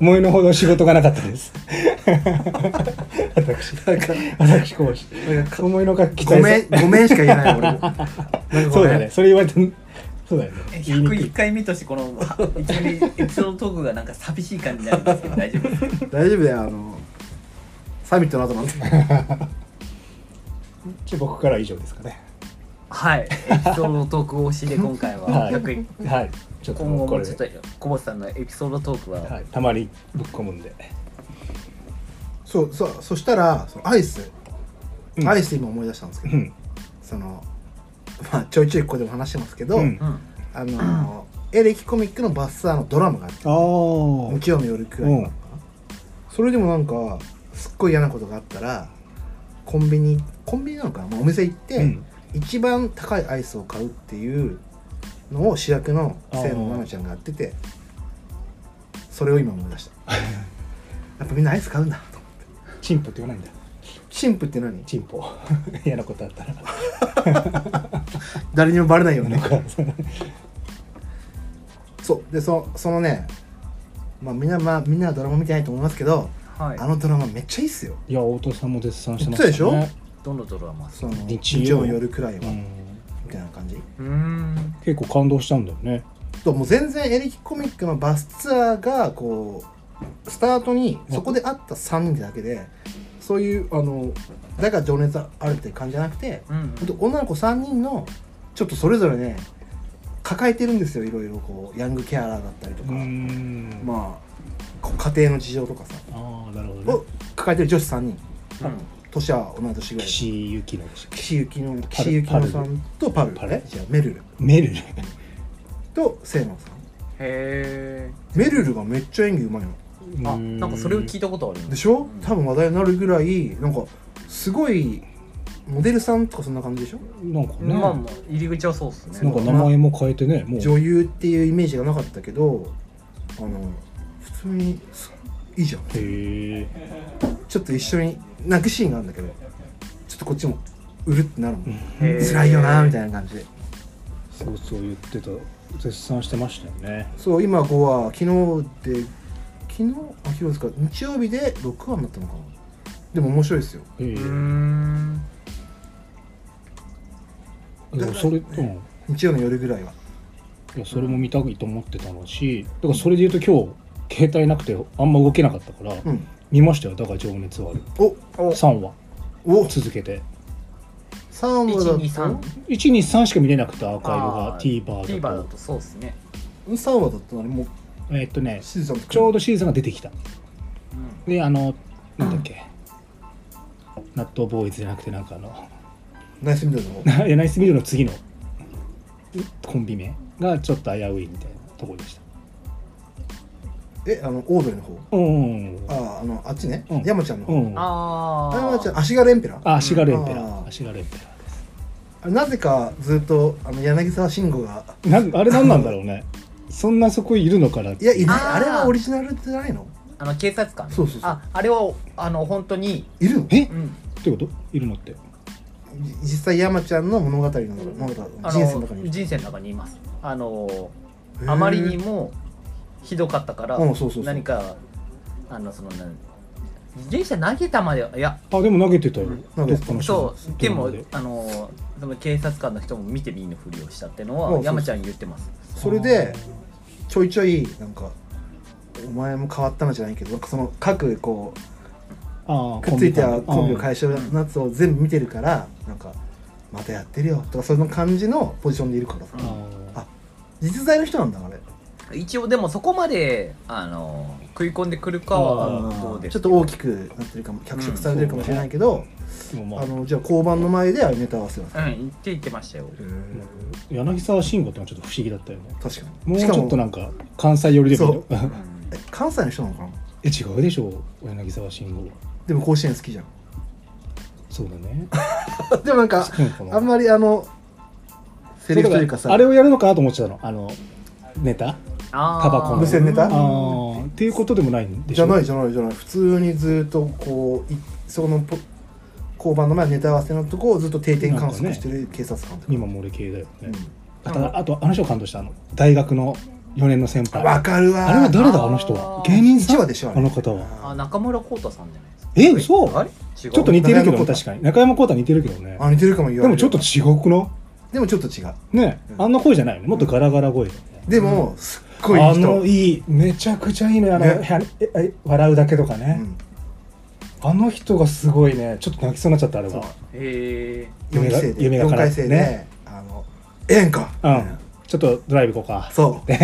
[SPEAKER 3] 思いのほど仕事がなかったです私私講師思いのが期
[SPEAKER 2] ご
[SPEAKER 3] 待
[SPEAKER 2] めんごめんしか言えない俺もなんか ごめん
[SPEAKER 3] そうだねそれ言われてそうだよね言いにくい
[SPEAKER 1] 101回目としてこのいきなり エピソードトークがなんか寂しい感じになるんですけど大丈夫ですか
[SPEAKER 2] 大丈夫だよあのサミットの後なんて
[SPEAKER 3] じゃあ僕からは以上ですかね。
[SPEAKER 1] はい、エピソードトーク推しで今回は、
[SPEAKER 3] はい。
[SPEAKER 1] 逆に
[SPEAKER 3] はい。ちょっと
[SPEAKER 1] 今後
[SPEAKER 3] もうこ
[SPEAKER 1] も
[SPEAKER 3] れ
[SPEAKER 1] ちょっ
[SPEAKER 3] で
[SPEAKER 1] と、小本さんのエピソードトークは、
[SPEAKER 3] はい、たまにぶっ込むんで。
[SPEAKER 2] そうそうそしたらそのアイス、
[SPEAKER 3] うん
[SPEAKER 2] アイス今思い出したんですけ
[SPEAKER 3] う
[SPEAKER 2] ど、
[SPEAKER 3] ん。
[SPEAKER 2] そのまあちょいちょいここでも話してますけど、
[SPEAKER 3] うん
[SPEAKER 1] うん、
[SPEAKER 2] あのエレキコミックのバスツアーのドラマがあって
[SPEAKER 3] ああ。うん。
[SPEAKER 2] 日曜の夜くらいなのかなそれでもなんかすっごい嫌なことがあったらコンビニコンビニなのかな、まあお店行って、一番高いアイスを買うっていうのを主役の清野奈々ちゃんがやっててそれを今思い出したやっぱみんなアイス買うんだと思って
[SPEAKER 3] チンポって言わないんだ。
[SPEAKER 2] 神父って何
[SPEAKER 3] チンポ。 嫌なことあったら。
[SPEAKER 2] 誰にもバレないように
[SPEAKER 3] なん
[SPEAKER 2] ね
[SPEAKER 3] か、
[SPEAKER 2] そうでそそのねまあみんなまあみんなはドラマ見てないと思いますけど、
[SPEAKER 1] はい
[SPEAKER 2] あ、のドラマめっちゃいいっすよ
[SPEAKER 3] いや、大戸さんも絶賛してま
[SPEAKER 2] そうで
[SPEAKER 3] し
[SPEAKER 2] したょ
[SPEAKER 3] ね。
[SPEAKER 1] どのドラマです
[SPEAKER 2] その
[SPEAKER 3] 日曜
[SPEAKER 2] 日曜の夜くらいは、
[SPEAKER 3] うん。
[SPEAKER 2] みたいな感じ
[SPEAKER 1] うーん、
[SPEAKER 3] 結構感動したんだよね。
[SPEAKER 2] ともう全然エレキコミックのバスツアーがこうスタートにそこで会った3人だけでそういうあのだから情熱あるっていう感じじゃなくて
[SPEAKER 1] うん、
[SPEAKER 2] ほんと女の子3人のちょっとそれぞれね抱えてるんですよいろいろこうヤングケアラーだったりとか、
[SPEAKER 3] んま
[SPEAKER 2] まあこう家庭の事情とかさ
[SPEAKER 3] あ、ああ、なるほどね
[SPEAKER 2] を。抱えてる女子3人
[SPEAKER 1] うん
[SPEAKER 2] 年は同い年ぐらい
[SPEAKER 3] 岸由紀乃でしたっ
[SPEAKER 2] 岸由紀乃岸由紀乃さんとパル
[SPEAKER 3] パル
[SPEAKER 2] え違うメルル
[SPEAKER 3] け。メルル。
[SPEAKER 2] と清野さん
[SPEAKER 1] へえ
[SPEAKER 2] メルルがめっちゃ演技うまいの
[SPEAKER 1] あなんかそれを聞
[SPEAKER 3] い
[SPEAKER 1] いたことある
[SPEAKER 2] でしょ
[SPEAKER 1] うん
[SPEAKER 2] 多分話題になるぐらいなんかすごいモデルさんとかそんな感じでしょ
[SPEAKER 3] なんかね。
[SPEAKER 1] まあまあ入り口はそうっすね
[SPEAKER 3] なんか名前も変えてね、もう。
[SPEAKER 2] 女優っていうイメージがなかったけどあの普通にすいいじゃん
[SPEAKER 3] へえ。
[SPEAKER 2] ちょっと一緒に泣くシーンがあるんだけどちょっとこっちもうるってなるもん
[SPEAKER 1] へー
[SPEAKER 2] 辛いよなみたいな感じで
[SPEAKER 3] そうそう言ってた絶賛してましたよね
[SPEAKER 2] そう今5話昨日で昨日あ昨日ですか日曜日で6話になったのかなでも面白いですよ
[SPEAKER 3] え
[SPEAKER 1] うーん
[SPEAKER 3] えでもそれ、うん、い
[SPEAKER 2] 日曜の夜ぐらいは
[SPEAKER 3] やそれも見たいと思ってたのしだからそれで言うと今日携帯なくてあんま動けなかったから、
[SPEAKER 2] うん
[SPEAKER 3] 見ましたよだから情熱はある
[SPEAKER 2] お
[SPEAKER 1] お
[SPEAKER 3] 3話
[SPEAKER 2] お
[SPEAKER 3] 続けて
[SPEAKER 2] 3話だと
[SPEAKER 1] 123
[SPEAKER 3] 123しか見れなくてアーカイブが
[SPEAKER 1] あー
[SPEAKER 3] TVer
[SPEAKER 1] TVer
[SPEAKER 3] だ
[SPEAKER 1] だ
[SPEAKER 3] と
[SPEAKER 1] とそうっすね
[SPEAKER 2] 3話だったのにもう
[SPEAKER 3] えーっとね
[SPEAKER 2] シーズン
[SPEAKER 3] ちょうどシーズンが出てきた
[SPEAKER 1] うん
[SPEAKER 3] であのなんだっけ、ナットボーイズじゃなくてなんかあの
[SPEAKER 2] ナイスミドルの方
[SPEAKER 3] いやナイスミルの次のコンビ名がちょっと危ういみたいなところでした
[SPEAKER 2] えあのオードリーの方
[SPEAKER 3] うんうん
[SPEAKER 2] あああのあっちね、
[SPEAKER 3] うん
[SPEAKER 2] 山ちゃんの
[SPEAKER 3] う
[SPEAKER 2] 方、
[SPEAKER 3] んあ
[SPEAKER 1] あ
[SPEAKER 2] 山ちゃ
[SPEAKER 1] ー
[SPEAKER 2] ん足柄エンペラーあ
[SPEAKER 3] 足がレンペラ
[SPEAKER 2] あ
[SPEAKER 3] ー
[SPEAKER 2] ー
[SPEAKER 3] 足がレンペラーです
[SPEAKER 2] れなぜかずっとあの柳沢慎吾が
[SPEAKER 3] なんあれ何なんだろうねそんなそこいるのかなって
[SPEAKER 2] いやいな
[SPEAKER 1] あ
[SPEAKER 2] い
[SPEAKER 1] ー
[SPEAKER 2] あれはオリジナルじゃないの
[SPEAKER 1] あの警察官
[SPEAKER 2] そうそうそう
[SPEAKER 1] ああれはあの本当に
[SPEAKER 2] いるの
[SPEAKER 3] えっ
[SPEAKER 1] うん
[SPEAKER 3] てこといるのって
[SPEAKER 2] じ実際山ちゃんの物語のなんか
[SPEAKER 1] あの
[SPEAKER 2] 人生の中にいる
[SPEAKER 1] 人生の中にいますあの
[SPEAKER 2] へー
[SPEAKER 1] あまりにもひどかったから
[SPEAKER 2] うんそうそうそう
[SPEAKER 1] 何かあのそのなん自転車投げたまではいや
[SPEAKER 3] あでも投げてたよ
[SPEAKER 1] うん
[SPEAKER 3] どっかの
[SPEAKER 1] そ
[SPEAKER 3] 人
[SPEAKER 1] うでも
[SPEAKER 3] ドラマ
[SPEAKER 1] あのその警察官の人も見て見ぬふりをしたっての
[SPEAKER 2] うんそう
[SPEAKER 1] は
[SPEAKER 2] そう
[SPEAKER 1] 山ちゃん言ってます
[SPEAKER 2] それでちょいちょいなんかお前も変わったのじゃないけどなんかその各こ
[SPEAKER 3] ああ
[SPEAKER 2] うくっついたコンビを
[SPEAKER 3] え
[SPEAKER 2] 解消のやつを全部見てるからなんかまたやってるよとかその感じのポジションでいるからさ
[SPEAKER 3] あ
[SPEAKER 2] 実在の人なんだあれ
[SPEAKER 1] 一応でもそこまであの食い込んでくるか
[SPEAKER 3] あ
[SPEAKER 1] は
[SPEAKER 2] あ
[SPEAKER 1] どう
[SPEAKER 2] ー
[SPEAKER 1] です
[SPEAKER 2] ちょっと大きくなってるかも脚色されてるかもしれないけど、
[SPEAKER 3] もうまあ
[SPEAKER 2] あのじゃあ交番の前でネタ合わせをす
[SPEAKER 1] うん言って言ってましたよ
[SPEAKER 2] る、
[SPEAKER 3] 柳沢慎吾ってのはちょっと不思議だったよね
[SPEAKER 2] 確かに
[SPEAKER 3] もうちょっとなんか関西寄りでもいいの
[SPEAKER 2] え関西の人なのかな
[SPEAKER 3] え違うでしょ柳沢慎吾は
[SPEAKER 2] でも甲子園好きじゃん
[SPEAKER 3] そうだね
[SPEAKER 2] でもなんか
[SPEAKER 3] そうかな
[SPEAKER 2] あんまりあのセリフというかさ
[SPEAKER 3] あれをやるのかなと思ってたのあのネタ
[SPEAKER 1] あー
[SPEAKER 3] タバコの
[SPEAKER 2] 無線ネタ
[SPEAKER 3] あーっていうことでもないんでし
[SPEAKER 2] じゃ
[SPEAKER 3] ょ
[SPEAKER 2] ないじゃないじゃない普通にずっとこういそのポ交番の前のネタ合わせのとこをずっと定点観測してる警察官とか、
[SPEAKER 3] 今も俺系だよ
[SPEAKER 2] う
[SPEAKER 3] ね、
[SPEAKER 2] ん
[SPEAKER 3] あとあとあの人感動したあの大学の4年の先輩
[SPEAKER 2] わかるわ
[SPEAKER 3] あれは誰だ
[SPEAKER 1] あー
[SPEAKER 3] あの人は芸人さ
[SPEAKER 2] 一
[SPEAKER 3] ん
[SPEAKER 2] 話でしょあれ
[SPEAKER 3] あの方は
[SPEAKER 1] あ中村浩太さんじゃないですか
[SPEAKER 3] え嘘
[SPEAKER 1] あれ違う
[SPEAKER 3] ちょっと似てるけど
[SPEAKER 2] 中山浩太
[SPEAKER 3] 確かに中山浩太似てるけどね
[SPEAKER 2] あ似てるかも言
[SPEAKER 3] で
[SPEAKER 2] われ
[SPEAKER 3] も
[SPEAKER 2] る
[SPEAKER 3] ちょっと違くの
[SPEAKER 2] でもちょっと違う
[SPEAKER 3] ね
[SPEAKER 2] うん
[SPEAKER 3] あんな声じゃないよねもっとガラガラ声だよね
[SPEAKER 2] でも、すっごいいい
[SPEAKER 3] あ
[SPEAKER 2] 人
[SPEAKER 3] のいいめちゃくちゃいいのよあの、
[SPEAKER 2] ね
[SPEAKER 3] へあええ笑うだけとか
[SPEAKER 2] う
[SPEAKER 3] ね、
[SPEAKER 2] ん、
[SPEAKER 3] あの人がすごいねちょっと泣きそうになっちゃったあれ
[SPEAKER 1] そう
[SPEAKER 3] は
[SPEAKER 1] へえ
[SPEAKER 2] 4
[SPEAKER 3] 夢
[SPEAKER 2] 期
[SPEAKER 3] が
[SPEAKER 2] 生で
[SPEAKER 3] 夢が
[SPEAKER 2] 4
[SPEAKER 3] 叶う
[SPEAKER 2] 回生で、
[SPEAKER 3] ね
[SPEAKER 2] あのええんか、
[SPEAKER 3] うん、ちょっとドライブ行こうか
[SPEAKER 2] そう
[SPEAKER 1] あ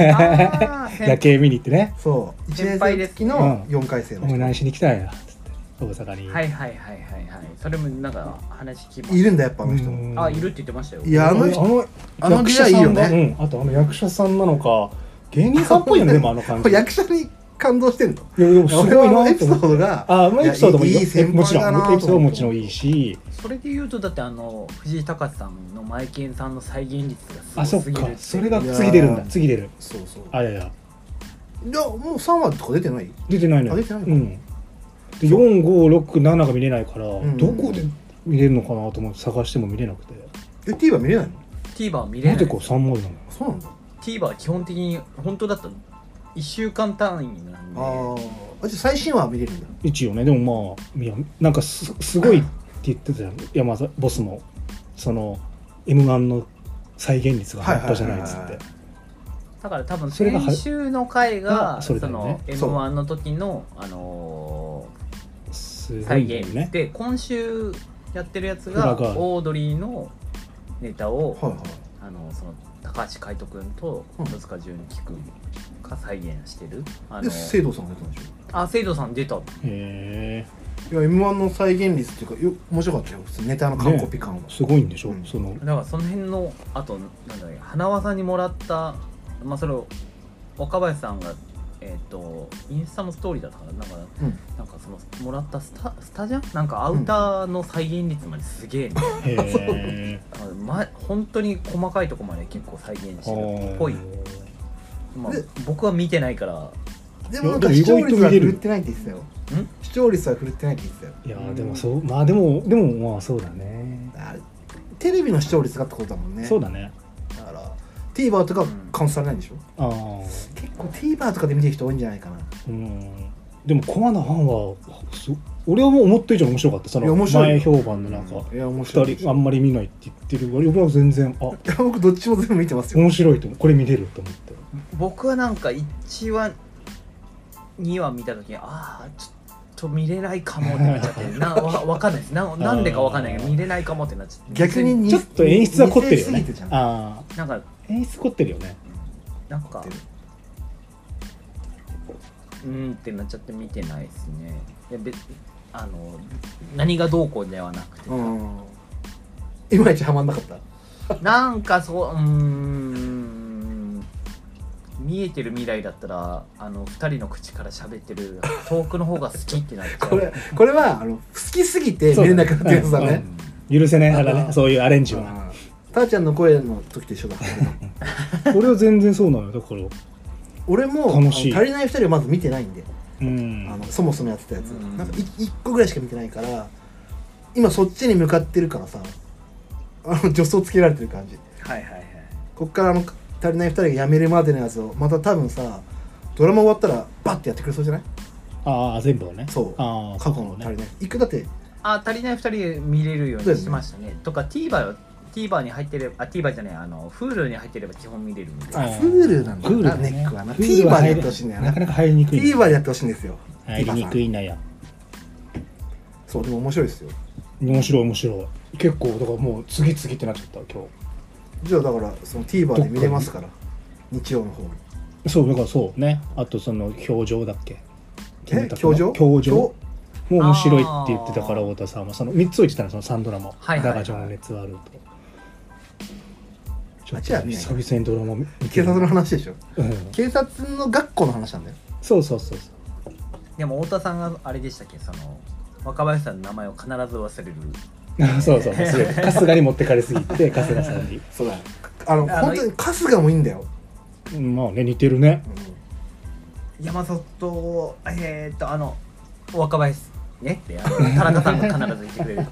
[SPEAKER 1] ー
[SPEAKER 3] 夜景見に行ってね
[SPEAKER 2] そう1
[SPEAKER 1] 先
[SPEAKER 2] 年
[SPEAKER 1] 輩
[SPEAKER 2] 生
[SPEAKER 1] で
[SPEAKER 2] の
[SPEAKER 1] す
[SPEAKER 2] 時の4回生
[SPEAKER 3] お
[SPEAKER 2] の
[SPEAKER 3] 前
[SPEAKER 2] 人、
[SPEAKER 3] 何しに来たんやつって大阪に、
[SPEAKER 1] はいはいはいはいはいそれもなんか話聞きま
[SPEAKER 2] い
[SPEAKER 1] し
[SPEAKER 2] るんだやっぱあの人
[SPEAKER 3] うん
[SPEAKER 1] たあいるって言ってましたよ
[SPEAKER 2] いやあの人
[SPEAKER 3] 人
[SPEAKER 2] あの出会いいいよね
[SPEAKER 3] うん、あとあの役者さんなのか芸人さんっぽいよねでもあの感
[SPEAKER 2] こ
[SPEAKER 3] じ
[SPEAKER 2] れ役者に感動してんの
[SPEAKER 3] いやいやす
[SPEAKER 2] 俺は
[SPEAKER 3] ごい
[SPEAKER 2] あの
[SPEAKER 3] な
[SPEAKER 2] エ
[SPEAKER 3] っ
[SPEAKER 2] ピ
[SPEAKER 3] て
[SPEAKER 2] ソー
[SPEAKER 3] 思って
[SPEAKER 2] ドが
[SPEAKER 3] あまあエピソードもいいよ
[SPEAKER 2] いい先
[SPEAKER 3] もち
[SPEAKER 2] 輩だ
[SPEAKER 3] ろん
[SPEAKER 2] な
[SPEAKER 3] エピソードももちろんいいし
[SPEAKER 1] それで言うとだってあの藤井隆さんのマイケンさんの再現率が
[SPEAKER 3] あ
[SPEAKER 1] す
[SPEAKER 3] そ
[SPEAKER 1] ご
[SPEAKER 3] っ
[SPEAKER 1] すぎる
[SPEAKER 3] か
[SPEAKER 1] て
[SPEAKER 3] それが
[SPEAKER 2] いやー
[SPEAKER 3] 次出るんだ次出る
[SPEAKER 2] そうそう
[SPEAKER 3] あいやいや
[SPEAKER 2] いやもう3話とか出てない
[SPEAKER 3] 出てないのよ
[SPEAKER 2] あ出てないの
[SPEAKER 3] うんで4567が見れないから、
[SPEAKER 2] ん
[SPEAKER 3] どこで見れるのかなと思って探しても見れなくて
[SPEAKER 2] え TVer 見れないの
[SPEAKER 1] TVer 見れ
[SPEAKER 3] なん
[SPEAKER 1] な
[SPEAKER 3] で
[SPEAKER 1] い
[SPEAKER 3] こう3枚なの
[SPEAKER 2] そうなんだ
[SPEAKER 1] TVer は基本的に本当だったら1週間単位なんで
[SPEAKER 2] あーあじゃあ最新話は見れるんだ
[SPEAKER 3] 一応ねでもまあいやなんかすすごいって言ってたじゃん山田ボスもその m 1の再現率が半端じゃないっつ
[SPEAKER 2] はい
[SPEAKER 3] っ
[SPEAKER 2] はい
[SPEAKER 3] て
[SPEAKER 2] は
[SPEAKER 1] だから多分
[SPEAKER 3] それがは
[SPEAKER 1] 先週の回が
[SPEAKER 3] あ
[SPEAKER 1] そ
[SPEAKER 3] それだよ
[SPEAKER 1] の
[SPEAKER 3] ね
[SPEAKER 2] そう
[SPEAKER 1] M1 の時のあの
[SPEAKER 3] す
[SPEAKER 1] ー
[SPEAKER 3] ご
[SPEAKER 1] 再
[SPEAKER 3] いよ
[SPEAKER 1] 現
[SPEAKER 3] ね
[SPEAKER 1] で今週やってるやつ
[SPEAKER 3] フ
[SPEAKER 1] が
[SPEAKER 3] ラガール
[SPEAKER 1] オードリーのネタを
[SPEAKER 2] はいはい
[SPEAKER 1] あのその高橋海人君と
[SPEAKER 2] うん
[SPEAKER 1] 戸塚純喜君が再現してるあ
[SPEAKER 2] で
[SPEAKER 1] の
[SPEAKER 2] 生徒さんが出たんでし
[SPEAKER 1] あ生徒さん出た
[SPEAKER 3] へえ
[SPEAKER 2] ょいや m 1の再現率っていうかよ面白かったよ普通ネタの完コピ感は、
[SPEAKER 3] すごいんでしょ、
[SPEAKER 2] うん
[SPEAKER 3] その
[SPEAKER 1] だからその辺のあとなんだっけ花輪さんにもらった、まあ、それを若林さんが、えっとインスタのストーリーだったからなんか、
[SPEAKER 2] うん
[SPEAKER 1] なんかそのもらったスタスタジャンなんかアウターの再現率まですげえ、ね
[SPEAKER 3] へえ
[SPEAKER 1] あま、本当に細かいとこまで結構再現してるっぽい、まあ
[SPEAKER 2] で、
[SPEAKER 1] 僕は見てないから
[SPEAKER 2] でもなんか視聴率は振るってないって言ってたよ
[SPEAKER 1] ん
[SPEAKER 2] 視聴率は振るってないって言ってたよ
[SPEAKER 3] いやーでもそうまあでもでもまあそうだね
[SPEAKER 2] あれテレビの視聴率がってことだもんね
[SPEAKER 3] そうだね
[SPEAKER 2] だから TVer とかカウントされないんでしょ、
[SPEAKER 3] ああ
[SPEAKER 2] 結構 TVer とかで見てる人多いんじゃないかな
[SPEAKER 3] うんでもコアなファンはす俺はもう思った以上面白かったそ
[SPEAKER 2] いや
[SPEAKER 3] の
[SPEAKER 2] 面白いよ
[SPEAKER 3] 前評判のなんか
[SPEAKER 2] いや面白い
[SPEAKER 3] 2人あんまり見ないって言ってる割に俺は全然あ
[SPEAKER 2] いや僕どっちも全部見てますよ、
[SPEAKER 3] 面白いと思うこれ見れると思って
[SPEAKER 1] 僕はなんか1話2話見た時にああちょっと見れないかもってなっちゃって なわわかんないですななんでかわかんないけど見れないかもってなっちゃって
[SPEAKER 2] 逆にに
[SPEAKER 3] ちょっと演出は凝ってるよ
[SPEAKER 2] 似せすぎ
[SPEAKER 3] ね
[SPEAKER 2] てじゃん
[SPEAKER 3] ああ
[SPEAKER 1] なんか
[SPEAKER 3] 演出凝ってるよね
[SPEAKER 1] なんかうんってなっちゃって見てないですねいや別あの何がどうこうではなくて、
[SPEAKER 2] うんいまいちハマんなかった
[SPEAKER 1] なんかそううーん見えてる未来だったらあの2人の口から喋ってる遠くの方が好きってなっちゃう
[SPEAKER 2] これこれはあの好きすぎて見れなくなってるやつだ
[SPEAKER 3] そうだ
[SPEAKER 2] ね
[SPEAKER 3] ね許せない派だ
[SPEAKER 2] あー
[SPEAKER 3] ねそういうアレンジは
[SPEAKER 2] あーたーちゃんの声の時と一緒だ
[SPEAKER 3] 俺は全然そうなのよだから
[SPEAKER 2] 俺もあの
[SPEAKER 3] 楽
[SPEAKER 2] 足
[SPEAKER 3] しい
[SPEAKER 2] りない2人をまず見てないんで、
[SPEAKER 3] うん
[SPEAKER 2] あのそもそもやってたやつ、
[SPEAKER 1] うん
[SPEAKER 2] なんか 1, 個ぐらいしか見てないから今そっちに向かってるからさあの助走つけられてる感じ
[SPEAKER 1] はいはいはい
[SPEAKER 2] こっからあの足りない2人が辞めるまでのやつをまた多分さドラマ終わったらバッてやってくれそうじゃない
[SPEAKER 3] ああ全部をね
[SPEAKER 2] そう
[SPEAKER 3] ああ
[SPEAKER 2] 過去の足りない一回だって
[SPEAKER 1] あ足りない2人見れるようにしましたねとか TVer は TVer に入ってればあ TVer じゃないあの Hulu に入ってれば基本見れるんで
[SPEAKER 3] あー
[SPEAKER 2] Hulu なんだよ
[SPEAKER 3] Hulu
[SPEAKER 2] な
[SPEAKER 3] だね
[SPEAKER 2] ネックはな TVer
[SPEAKER 3] Hulu は
[SPEAKER 2] で
[SPEAKER 3] 入
[SPEAKER 2] や
[SPEAKER 3] れ
[SPEAKER 2] ってほしいんだよ
[SPEAKER 3] な
[SPEAKER 2] な
[SPEAKER 3] かなか入りにくい
[SPEAKER 2] TVer でやってほしいんですよ
[SPEAKER 3] 入りにくいなや
[SPEAKER 2] そうでも面白いですよ
[SPEAKER 3] 面白い面白い結構だからもう次々ってなっちゃった今
[SPEAKER 2] じゃあだからその TVer で見れますから日曜の方に
[SPEAKER 3] 日そうだからそうねあとその表情だっけキムタク
[SPEAKER 2] 教場
[SPEAKER 3] の教場もう面白いって
[SPEAKER 1] あー
[SPEAKER 3] 言ってたから太田さんはその3つを言ってたのその3ドラマ「
[SPEAKER 1] はいはいはい
[SPEAKER 3] だが情熱はある」と。ちょっと
[SPEAKER 2] じゃあね
[SPEAKER 3] 久々にドラマ見て
[SPEAKER 2] 警察の話でしょ
[SPEAKER 3] うん、
[SPEAKER 2] 警察の学校の話なんだよ
[SPEAKER 3] そうそうそうそう
[SPEAKER 1] でも太田さんがあれでしたっけその若林さんの名前を必ず忘れる
[SPEAKER 3] あそう そう忘れて春日に持ってかれすぎて春日さんに
[SPEAKER 2] そうだあの
[SPEAKER 1] あの
[SPEAKER 2] 本当に春日もいいんだよ、
[SPEAKER 3] うんまあね似てるね
[SPEAKER 2] う
[SPEAKER 1] 山里えー、っとあの若林ねって あの田中さんが必ず言ってくれる
[SPEAKER 2] ん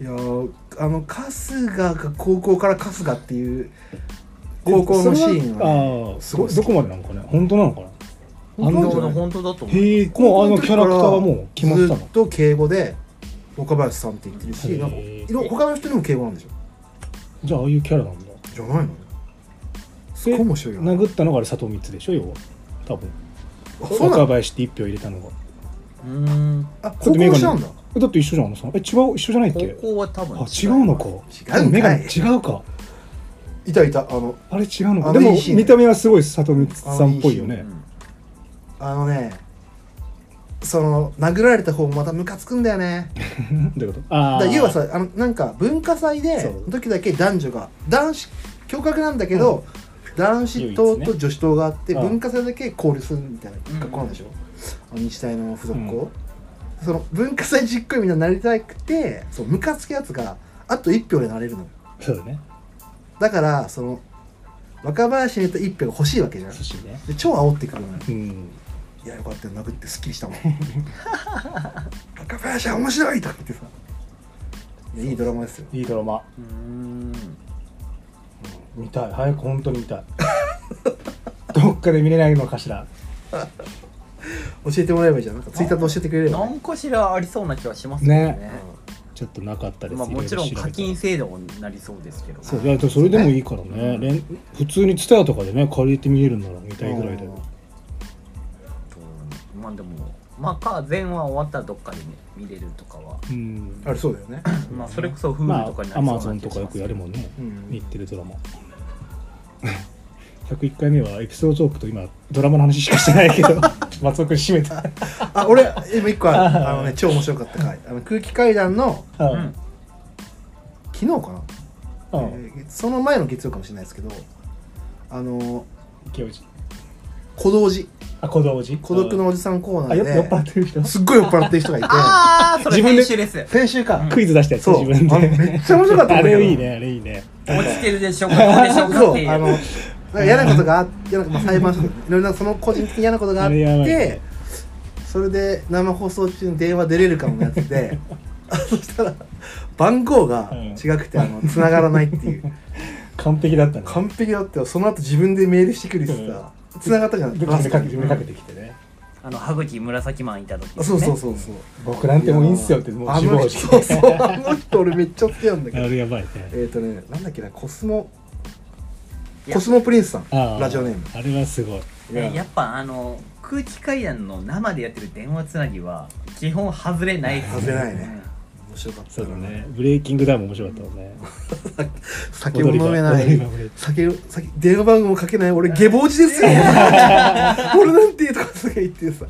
[SPEAKER 2] いやーあの春日が高校から春日っていう高校のシーンは、ね、
[SPEAKER 3] はああ
[SPEAKER 2] す
[SPEAKER 3] す
[SPEAKER 2] ご
[SPEAKER 3] ご
[SPEAKER 2] い
[SPEAKER 3] いどこまでなのかね本当なのかな
[SPEAKER 2] 本当なんじゃない
[SPEAKER 1] の 本当だと思う
[SPEAKER 3] へえもうあのキャラクターはもう決まってた
[SPEAKER 2] ず
[SPEAKER 3] の
[SPEAKER 2] っと敬語で若林さんって言ってるし
[SPEAKER 3] へー
[SPEAKER 2] なんかいろ他の人にも敬語なんでしょ
[SPEAKER 3] じゃあああいうキャラなんだ
[SPEAKER 2] じゃないのすっごい面白いよな
[SPEAKER 3] 殴ったのがあれ佐藤光でしょ要は多分
[SPEAKER 2] あそうな
[SPEAKER 3] 若
[SPEAKER 2] の
[SPEAKER 3] 林って1票入れたのが
[SPEAKER 1] うーん
[SPEAKER 2] あ高校の人なんだ
[SPEAKER 3] えだって一緒じゃんあのさんえ違う一緒じゃないっ
[SPEAKER 1] 高
[SPEAKER 3] け
[SPEAKER 1] 校は多分
[SPEAKER 3] あ違うのか
[SPEAKER 2] 違うんかい
[SPEAKER 3] メガネ違うか
[SPEAKER 2] いたいたあの
[SPEAKER 3] あれ違うの
[SPEAKER 2] あの
[SPEAKER 3] かでも
[SPEAKER 2] いいシーン
[SPEAKER 3] 見た目はすごい佐藤光さんっぽいよ
[SPEAKER 1] う
[SPEAKER 3] ね
[SPEAKER 1] ん
[SPEAKER 2] あのねその殴られた方もまたムカつくんだよね
[SPEAKER 3] どういうこと
[SPEAKER 2] だ
[SPEAKER 3] ああ
[SPEAKER 2] から要はさあのなんか文化祭で
[SPEAKER 3] そう
[SPEAKER 2] の時だけ男女が男子共学なんだけど、男子
[SPEAKER 3] 唯
[SPEAKER 2] 党
[SPEAKER 3] 一ね
[SPEAKER 2] と女子党があって、
[SPEAKER 3] うん
[SPEAKER 2] 文化祭だけ交流するみたいな学校なんでしょ、あの日大の付属校、その文化祭実行みんななりたくてそうムカつくやつがあと1票でなれるの
[SPEAKER 3] そうだね
[SPEAKER 2] だからその若林にと1票が欲しいわけじゃんで
[SPEAKER 3] 寿司ね
[SPEAKER 2] 超煽ってくるのよ
[SPEAKER 3] うん
[SPEAKER 2] いやよかったよ殴ってすっきりしたもん若林は面白いとか言ってさいやいいドラマですよ
[SPEAKER 3] いいドラマ
[SPEAKER 1] うーん
[SPEAKER 3] 見たい早く本当に見たい どっかで見れないのかしら
[SPEAKER 2] 教えてもらえばいいじゃんなんかツイッターで教えてくれれば、
[SPEAKER 1] 何
[SPEAKER 2] ね
[SPEAKER 1] かしらありそうな気はしますけどね
[SPEAKER 3] ちょっとなかったです
[SPEAKER 1] まあ、もちろん
[SPEAKER 3] いろいろ調べた
[SPEAKER 1] 課金制度になりそうですけど
[SPEAKER 3] そういやそれでもいいからね連普通にツタヤとかでね借りて見れるなら見たいぐらいだよ
[SPEAKER 1] まあでもまあか前話終わったらどっかで、ね、見れるとかは、
[SPEAKER 3] うん
[SPEAKER 2] あれそうだよね、
[SPEAKER 1] まあ、それこそ Hulu
[SPEAKER 3] ま
[SPEAKER 1] とかに
[SPEAKER 3] あ
[SPEAKER 1] な
[SPEAKER 3] ア
[SPEAKER 1] り
[SPEAKER 3] マ
[SPEAKER 1] そ
[SPEAKER 3] ゾ
[SPEAKER 1] うな
[SPEAKER 3] ン
[SPEAKER 1] 気
[SPEAKER 3] と
[SPEAKER 1] がしま
[SPEAKER 3] かよく
[SPEAKER 1] す
[SPEAKER 3] やるもんね
[SPEAKER 2] うん
[SPEAKER 3] 日テレドラマ 101回目はエピソードトークと今ドラマの話しかしてないけど 松尾君締めた
[SPEAKER 2] あ俺今一個ある
[SPEAKER 3] あ
[SPEAKER 2] あのね 超面白かった回あの空気階段の
[SPEAKER 1] う
[SPEAKER 3] うん
[SPEAKER 1] ん
[SPEAKER 2] 昨日かな、
[SPEAKER 3] うん
[SPEAKER 2] えーその前の月曜かもしれないですけどあの
[SPEAKER 3] 池内
[SPEAKER 2] 小道寺
[SPEAKER 3] あ小道寺
[SPEAKER 2] 孤独のおじさんコーナ
[SPEAKER 3] あよ酔っ払
[SPEAKER 2] ー
[SPEAKER 3] ってる人
[SPEAKER 2] ですっごい酔っ払ってる人 がいて
[SPEAKER 1] ああそれ
[SPEAKER 3] 自分で
[SPEAKER 1] 編集です
[SPEAKER 2] 先週か、
[SPEAKER 3] クイズ出したやつ
[SPEAKER 2] そう
[SPEAKER 3] 自分
[SPEAKER 2] あの
[SPEAKER 3] で
[SPEAKER 2] めっちゃ面白かったん
[SPEAKER 3] あ
[SPEAKER 2] だけど
[SPEAKER 3] れいいねあれいいね
[SPEAKER 1] 落ちてるでしょうかどうでしょうかっ
[SPEAKER 2] そ
[SPEAKER 1] て
[SPEAKER 2] う
[SPEAKER 1] い
[SPEAKER 2] あの
[SPEAKER 1] う
[SPEAKER 2] なんか嫌なことがあってなんかまあ裁判所とかいろいろなその個人的に嫌なことがあっ
[SPEAKER 3] あれやばい
[SPEAKER 2] て
[SPEAKER 3] ね
[SPEAKER 2] それで生放送中に電話出れるかものやつ であそしたら番号が違くてあの繋がらないっていう
[SPEAKER 3] 完璧だったね
[SPEAKER 2] 完璧だったよその後自分でメールしてくるしさ繋がったじゃん
[SPEAKER 3] で自分でかけ自分でかけてきてね
[SPEAKER 1] あの歯茎紫マンいた時、ね、
[SPEAKER 2] そうそうそうそう
[SPEAKER 3] 僕なんてもういいんすよってもう
[SPEAKER 2] あ
[SPEAKER 3] 自
[SPEAKER 2] の
[SPEAKER 3] 暴
[SPEAKER 2] 人
[SPEAKER 3] 自
[SPEAKER 2] そう
[SPEAKER 3] 棄
[SPEAKER 2] そうあの人俺めっちゃ好きなんだけ
[SPEAKER 3] あ
[SPEAKER 2] ど
[SPEAKER 3] れやばいね
[SPEAKER 2] えっとねなんだっけなコスモ
[SPEAKER 1] いや
[SPEAKER 2] コスモプリンスさん
[SPEAKER 3] あー
[SPEAKER 2] ラジオネーム
[SPEAKER 3] あれはすごい
[SPEAKER 1] ねやっぱあの空気階段の生でやってる電話つなぎは基本外れないです
[SPEAKER 2] 外れないね面白かった
[SPEAKER 3] そう
[SPEAKER 2] な
[SPEAKER 3] だねブレイキングダウンも面白かったもんね
[SPEAKER 2] 酒も飲めな
[SPEAKER 3] 踊り
[SPEAKER 2] い
[SPEAKER 3] 場踊り場
[SPEAKER 2] 酒酒電話番号もかけない俺下坊寺です よ俺なんてとかすげ言ってさ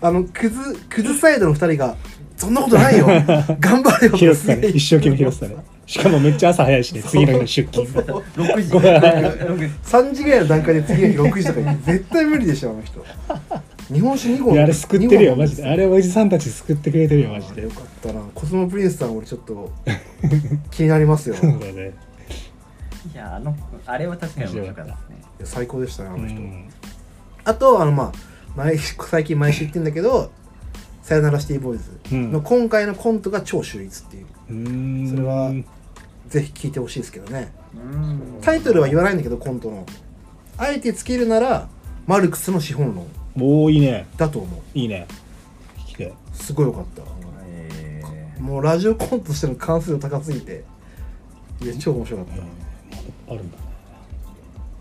[SPEAKER 2] あのクズクズサイドの二人が「そんなことないよ頑張れよ」
[SPEAKER 3] 拾ってた
[SPEAKER 2] すげ
[SPEAKER 3] ね
[SPEAKER 2] え
[SPEAKER 3] 一生懸命拾ってたねしかもめっちゃ朝早いしね次の日の出勤
[SPEAKER 2] そう
[SPEAKER 1] 6時
[SPEAKER 3] ごめん
[SPEAKER 1] 6時
[SPEAKER 2] 3時ぐらいの段階で次の日6時とか言って絶対無理でしょあの人日本酒2
[SPEAKER 3] い
[SPEAKER 2] 合
[SPEAKER 3] やあれ救ってるよ
[SPEAKER 2] 二合
[SPEAKER 3] マジであれおじさんたち救ってくれてるよマジで
[SPEAKER 2] よかったなコスモプリンスさん俺ちょっと気になりますよ
[SPEAKER 3] そうだね
[SPEAKER 1] いやあのあれは確かに面白かったですね
[SPEAKER 2] 最高でしたねあ
[SPEAKER 3] う
[SPEAKER 2] の人、
[SPEAKER 3] ん
[SPEAKER 2] あとあのまあ毎最近毎週言ってんだけど「さよならシティボーイズ」の今回のコントが超秀逸っていう
[SPEAKER 3] うん
[SPEAKER 2] それはぜひ聞いてほしいですけどね
[SPEAKER 1] うん
[SPEAKER 2] タイトルは言わないんだけどコントのあえてつけるならマルクスの資本論
[SPEAKER 3] もういいね
[SPEAKER 2] だと思
[SPEAKER 3] いいね聞きたいう
[SPEAKER 2] すごいよかった
[SPEAKER 1] えー
[SPEAKER 2] もうラジオコントとしての完成度高すぎていや超面白かっ
[SPEAKER 3] うん
[SPEAKER 2] た
[SPEAKER 3] あるんだね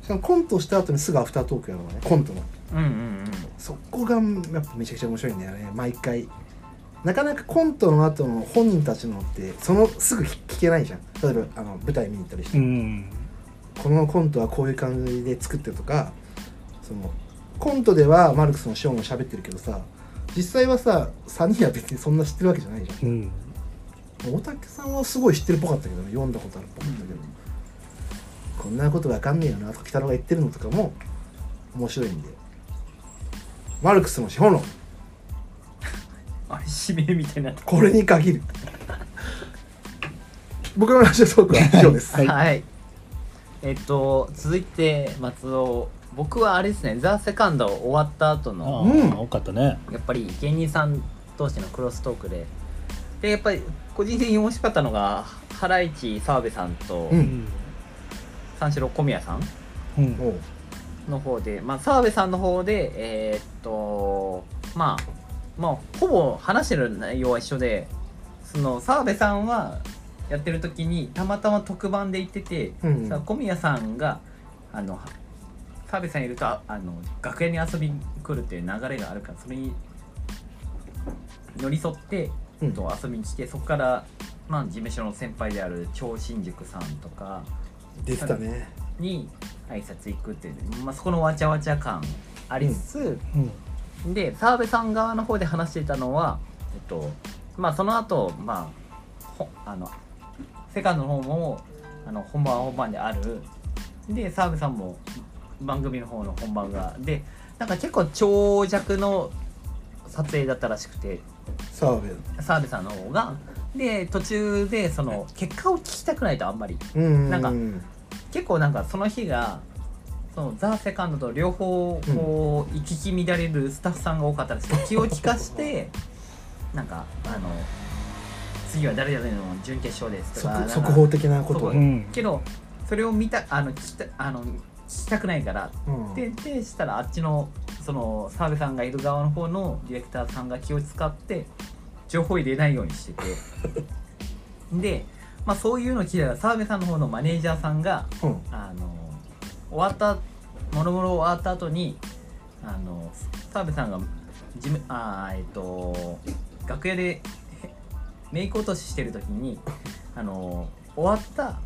[SPEAKER 2] しかもコントした後にすぐアフタートークやるのねコントの
[SPEAKER 1] うんうんうん
[SPEAKER 2] そこがやっぱめちゃくちゃ面白いんだよね毎回なかなかコントの後の本人たちのってそのすぐ聞けないじゃん例えばあの舞台見に行ったりして、
[SPEAKER 3] うん
[SPEAKER 2] このコントはこういう感じで作ってるとかそのコントではマルクスのショーンも喋ってるけどさ実際はさ3人は別にそんな知ってるわけじゃないじゃ
[SPEAKER 3] うん
[SPEAKER 2] ん大竹さんはすごい知ってるっぽかったけどね読んだことあるっぽかったけど、こんなことわかんねえよなとか北郎が言ってるのとかも面白いんでマルクスの資本論
[SPEAKER 1] あれ指名みたいになって
[SPEAKER 2] これに限る僕のラジオトークは以上です、
[SPEAKER 1] はい、えっと続いて松尾僕はあれですね「ザ・セカンド終わった後
[SPEAKER 3] あ
[SPEAKER 1] の
[SPEAKER 3] あ、
[SPEAKER 2] うん
[SPEAKER 3] 多かったね
[SPEAKER 1] やっぱり芸人さん同士のクロストークででやっぱり個人的に面白かったのがハライチ澤部さんと
[SPEAKER 2] う
[SPEAKER 3] うんん、
[SPEAKER 1] 三四郎小宮さん
[SPEAKER 3] うん
[SPEAKER 2] おう
[SPEAKER 1] の方で、まあ、澤部さんの方でえーっとまあまあほぼ話してる内容は一緒でその澤部さんはやってる時にたまたま特番で行ってて、
[SPEAKER 2] うん
[SPEAKER 1] さ小宮さんがあの澤部さんいるとああの楽屋に遊びに来るっていう流れがあるからそれに寄り添って、
[SPEAKER 2] うん
[SPEAKER 1] と遊びに来てそこから、まあ、事務所の先輩である超新塾さんとか。
[SPEAKER 2] できたね
[SPEAKER 1] に挨拶行くっていう、まあ、そこのわちゃわちゃ感ありつつ、
[SPEAKER 3] うん
[SPEAKER 1] で澤部さん側の方で話していたのは、えっとまあ、その後、まあほあのセカンドの方もあの本番は本番であるで澤部さんも番組の方の本番がでなんか結構長尺の撮影だったらしくて
[SPEAKER 2] 澤部
[SPEAKER 1] 澤部さんの方が。で途中でその結果を聞きたくないとあんまり
[SPEAKER 2] うん
[SPEAKER 1] なんか
[SPEAKER 2] うん
[SPEAKER 1] 結構なんかその日がそのザ・セカンドと両方
[SPEAKER 2] うん
[SPEAKER 1] こう行き来乱れるスタッフさんが多かったらしく気を利かして なんかあの次は誰々の準決勝ですとかなん
[SPEAKER 2] 速
[SPEAKER 1] か
[SPEAKER 2] 速報的なことを
[SPEAKER 1] そう
[SPEAKER 3] うん
[SPEAKER 1] けどそれを見たあの聞きたあの聞きたくないから
[SPEAKER 2] うん
[SPEAKER 1] ででしたらあっちのその澤部さんがいる側の方のディレクターさんが気を使って情報入れないように しててで、まあ、そういうの聞いたら澤部さんの方のマネージャーさんが
[SPEAKER 2] うん
[SPEAKER 1] あの終わったもろもろ終わった後にあの澤部さんが事務あーえっと楽屋でへメイク落とししてる時にあの終わった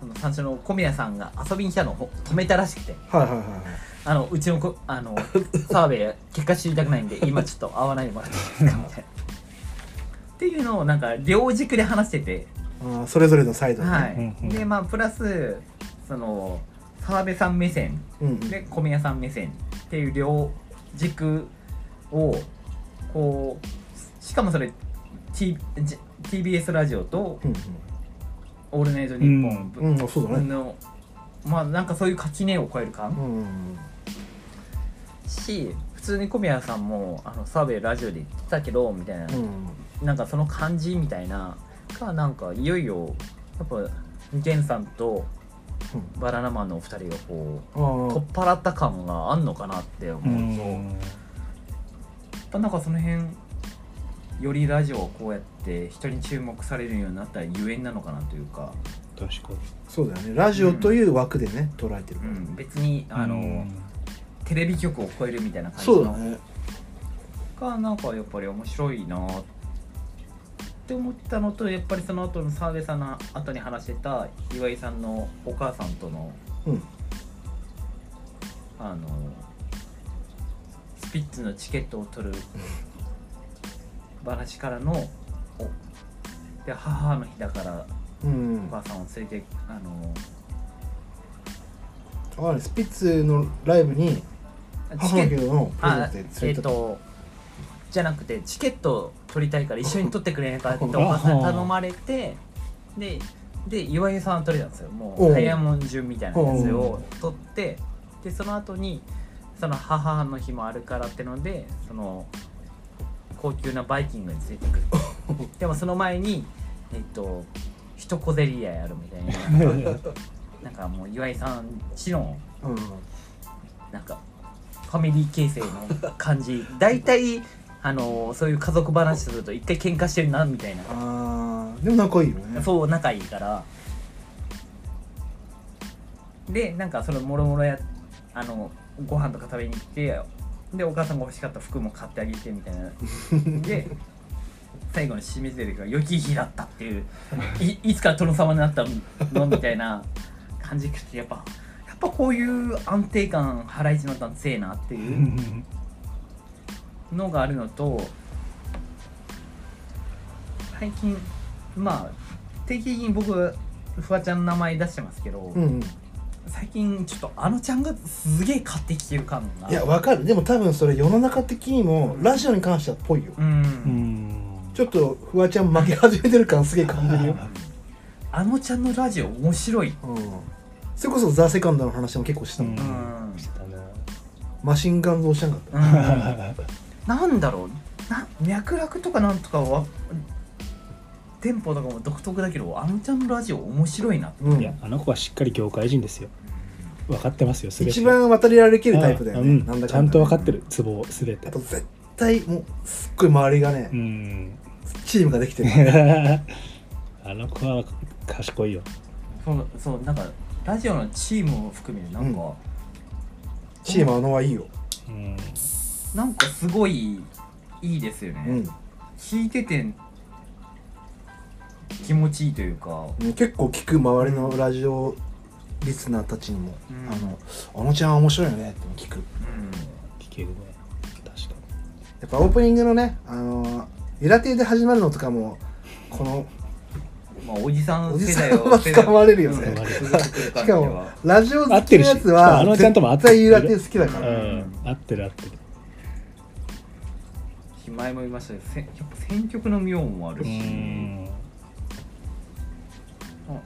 [SPEAKER 1] その最初の小宮さんが遊びに来たのをほ止めたらしくて
[SPEAKER 2] はいはいはいはい
[SPEAKER 1] あのうちのこあの澤部結果知りたくないんで今ちょっと会わないでもらっていいですかみたいな。っていうのをなんか両軸で話してて。
[SPEAKER 2] あーそれぞれのサイドでね、
[SPEAKER 1] は
[SPEAKER 3] うんう
[SPEAKER 1] い、
[SPEAKER 3] ん
[SPEAKER 1] でまあプラスその澤部さん目線
[SPEAKER 2] うんうん
[SPEAKER 1] で小宮さん目線っていう両軸をこうしかもそれ、T、じ TBS ラジオと
[SPEAKER 2] うん
[SPEAKER 1] 「オールナイトニッポ
[SPEAKER 2] うん、うん、そうだ
[SPEAKER 1] ン」
[SPEAKER 2] ね
[SPEAKER 1] の、まあなんかそういう垣根を超える感
[SPEAKER 2] うんうん
[SPEAKER 1] し普通に小宮さんも「あの澤部ラジオで言ってたけど」みたいな
[SPEAKER 2] う、ん
[SPEAKER 1] なんかその感じみたいながなんかいよいよやっぱ源さんとバナナマンのお二人がこう
[SPEAKER 2] うんあ
[SPEAKER 1] 取っ払った感があんのかなって思う
[SPEAKER 3] う
[SPEAKER 1] と、やっ
[SPEAKER 3] ん
[SPEAKER 1] ぱなんかその辺よりラジオをこうやって人に注目されるようになったゆえんなのかなというか、
[SPEAKER 3] 確か
[SPEAKER 2] ーそうだよねラジオという枠でね捉えてる
[SPEAKER 1] う
[SPEAKER 2] から、
[SPEAKER 1] ん、別に
[SPEAKER 3] に
[SPEAKER 1] あの、テレビ局を超えるみたいな感じ
[SPEAKER 2] そうだ
[SPEAKER 1] の
[SPEAKER 2] ね
[SPEAKER 1] がなんかやっぱり面白いなって思ったのとやっぱりその後の澤部さんの後に話してた岩井さんのお母さんとの
[SPEAKER 2] うん
[SPEAKER 1] あのスピッツのチケットを取 る話からのおで母の日だから
[SPEAKER 2] うん
[SPEAKER 1] お母さんを連れてあの
[SPEAKER 2] あかんないスピッツのライブに
[SPEAKER 1] チ
[SPEAKER 2] 母
[SPEAKER 1] ケ
[SPEAKER 2] の日
[SPEAKER 1] ット
[SPEAKER 2] のプレゼン
[SPEAKER 1] あ
[SPEAKER 2] トで
[SPEAKER 1] えっ、
[SPEAKER 2] 連れてった
[SPEAKER 1] とじゃなくてチケットを取りたいから一緒に取ってくれないかってお母さんに頼まれてでで岩井さんは取れたんですよも
[SPEAKER 2] お
[SPEAKER 1] う
[SPEAKER 2] う
[SPEAKER 1] 早もん順みたいなやつを取ってでその後にその母の日もあるからってのでその高級なバイキングについてくる でもその前にえっと一小競り合いあるみたいななんかもう岩井さんちの
[SPEAKER 2] うん
[SPEAKER 1] なんかファミリー形成の感じ大体あのそういう家族話すると一回喧嘩してるなみたいな
[SPEAKER 2] あーでも仲いいよね
[SPEAKER 1] そう仲いいからでなんかそれもろもろやあのご飯とか食べに行ってでお母さんが欲しかった服も買ってあげてみたいなで最後の締めゼリフが「良き日だった」っていういいつから殿様になったのみたいな感じくてやっぱやっぱこういう安定感ハライチのターン強えなって
[SPEAKER 3] う
[SPEAKER 1] いうんのがあるのと最近まあ定期的に僕フワちゃんの名前出してますけど、
[SPEAKER 2] うんうん
[SPEAKER 1] 最近ちょっとあのちゃんがすげえ買ってきてる感が
[SPEAKER 2] いやわかるでも多分それ世の中的にもラジオに関してはぽいよ、
[SPEAKER 1] うん、
[SPEAKER 3] うん
[SPEAKER 2] ちょっとフワちゃん負け始めてる感すげえ感じるよ、
[SPEAKER 1] あのちゃんのラジオ面白い、
[SPEAKER 2] うん、それこそ「ザ・セカンドの話も結構したもん、
[SPEAKER 3] うん
[SPEAKER 1] うん
[SPEAKER 3] したね
[SPEAKER 2] マシンガンズをしなかった
[SPEAKER 1] うん、 なんだろうな脈絡とかなんとかはテンポとかも独特だけどあのちゃんのラジオ面白いなって、
[SPEAKER 2] うん
[SPEAKER 3] いやあの子はしっかり業界人ですよ分かってますよ全て
[SPEAKER 2] 一番渡り歩けるタイプだよね、
[SPEAKER 3] うん
[SPEAKER 2] なんだかんだ
[SPEAKER 3] ちゃんと分かってるツボすべて
[SPEAKER 2] あと絶対もうすっごい周りがね、
[SPEAKER 3] うん
[SPEAKER 2] チームができてる
[SPEAKER 3] あの子は賢いよ
[SPEAKER 1] そうそうなんかラジオのチームを含めなんか、
[SPEAKER 2] うチームあのはいいよ、
[SPEAKER 3] うん
[SPEAKER 1] なんかすごいいいですよね、
[SPEAKER 2] うん
[SPEAKER 1] 聞いてて気持ちいいというか
[SPEAKER 2] うん結構聞く周りのラジオリスナーたちにも「
[SPEAKER 1] うん
[SPEAKER 2] あのあのちゃんは面白いよね」って聞く
[SPEAKER 3] 聞けるね確か
[SPEAKER 2] やっぱオープニングのねあのゆら亭で始まるのとかもこの
[SPEAKER 1] うんまあおじさん
[SPEAKER 2] おじ
[SPEAKER 1] 世
[SPEAKER 2] さん
[SPEAKER 1] 代
[SPEAKER 2] は
[SPEAKER 1] は
[SPEAKER 2] 捕まれるよね
[SPEAKER 1] 世代はうん
[SPEAKER 2] しかもラジオ好きなやつ
[SPEAKER 3] 合ってるししかもあ
[SPEAKER 2] は
[SPEAKER 3] のちゃんとも合っ
[SPEAKER 2] 絶
[SPEAKER 3] てる
[SPEAKER 2] 対ゆら亭好きだか
[SPEAKER 3] に
[SPEAKER 2] ら、
[SPEAKER 3] うん合ってる合ってる
[SPEAKER 1] 前も言いましたけどせんやっぱ選曲の妙もある
[SPEAKER 3] う
[SPEAKER 1] し、
[SPEAKER 3] ん
[SPEAKER 1] あ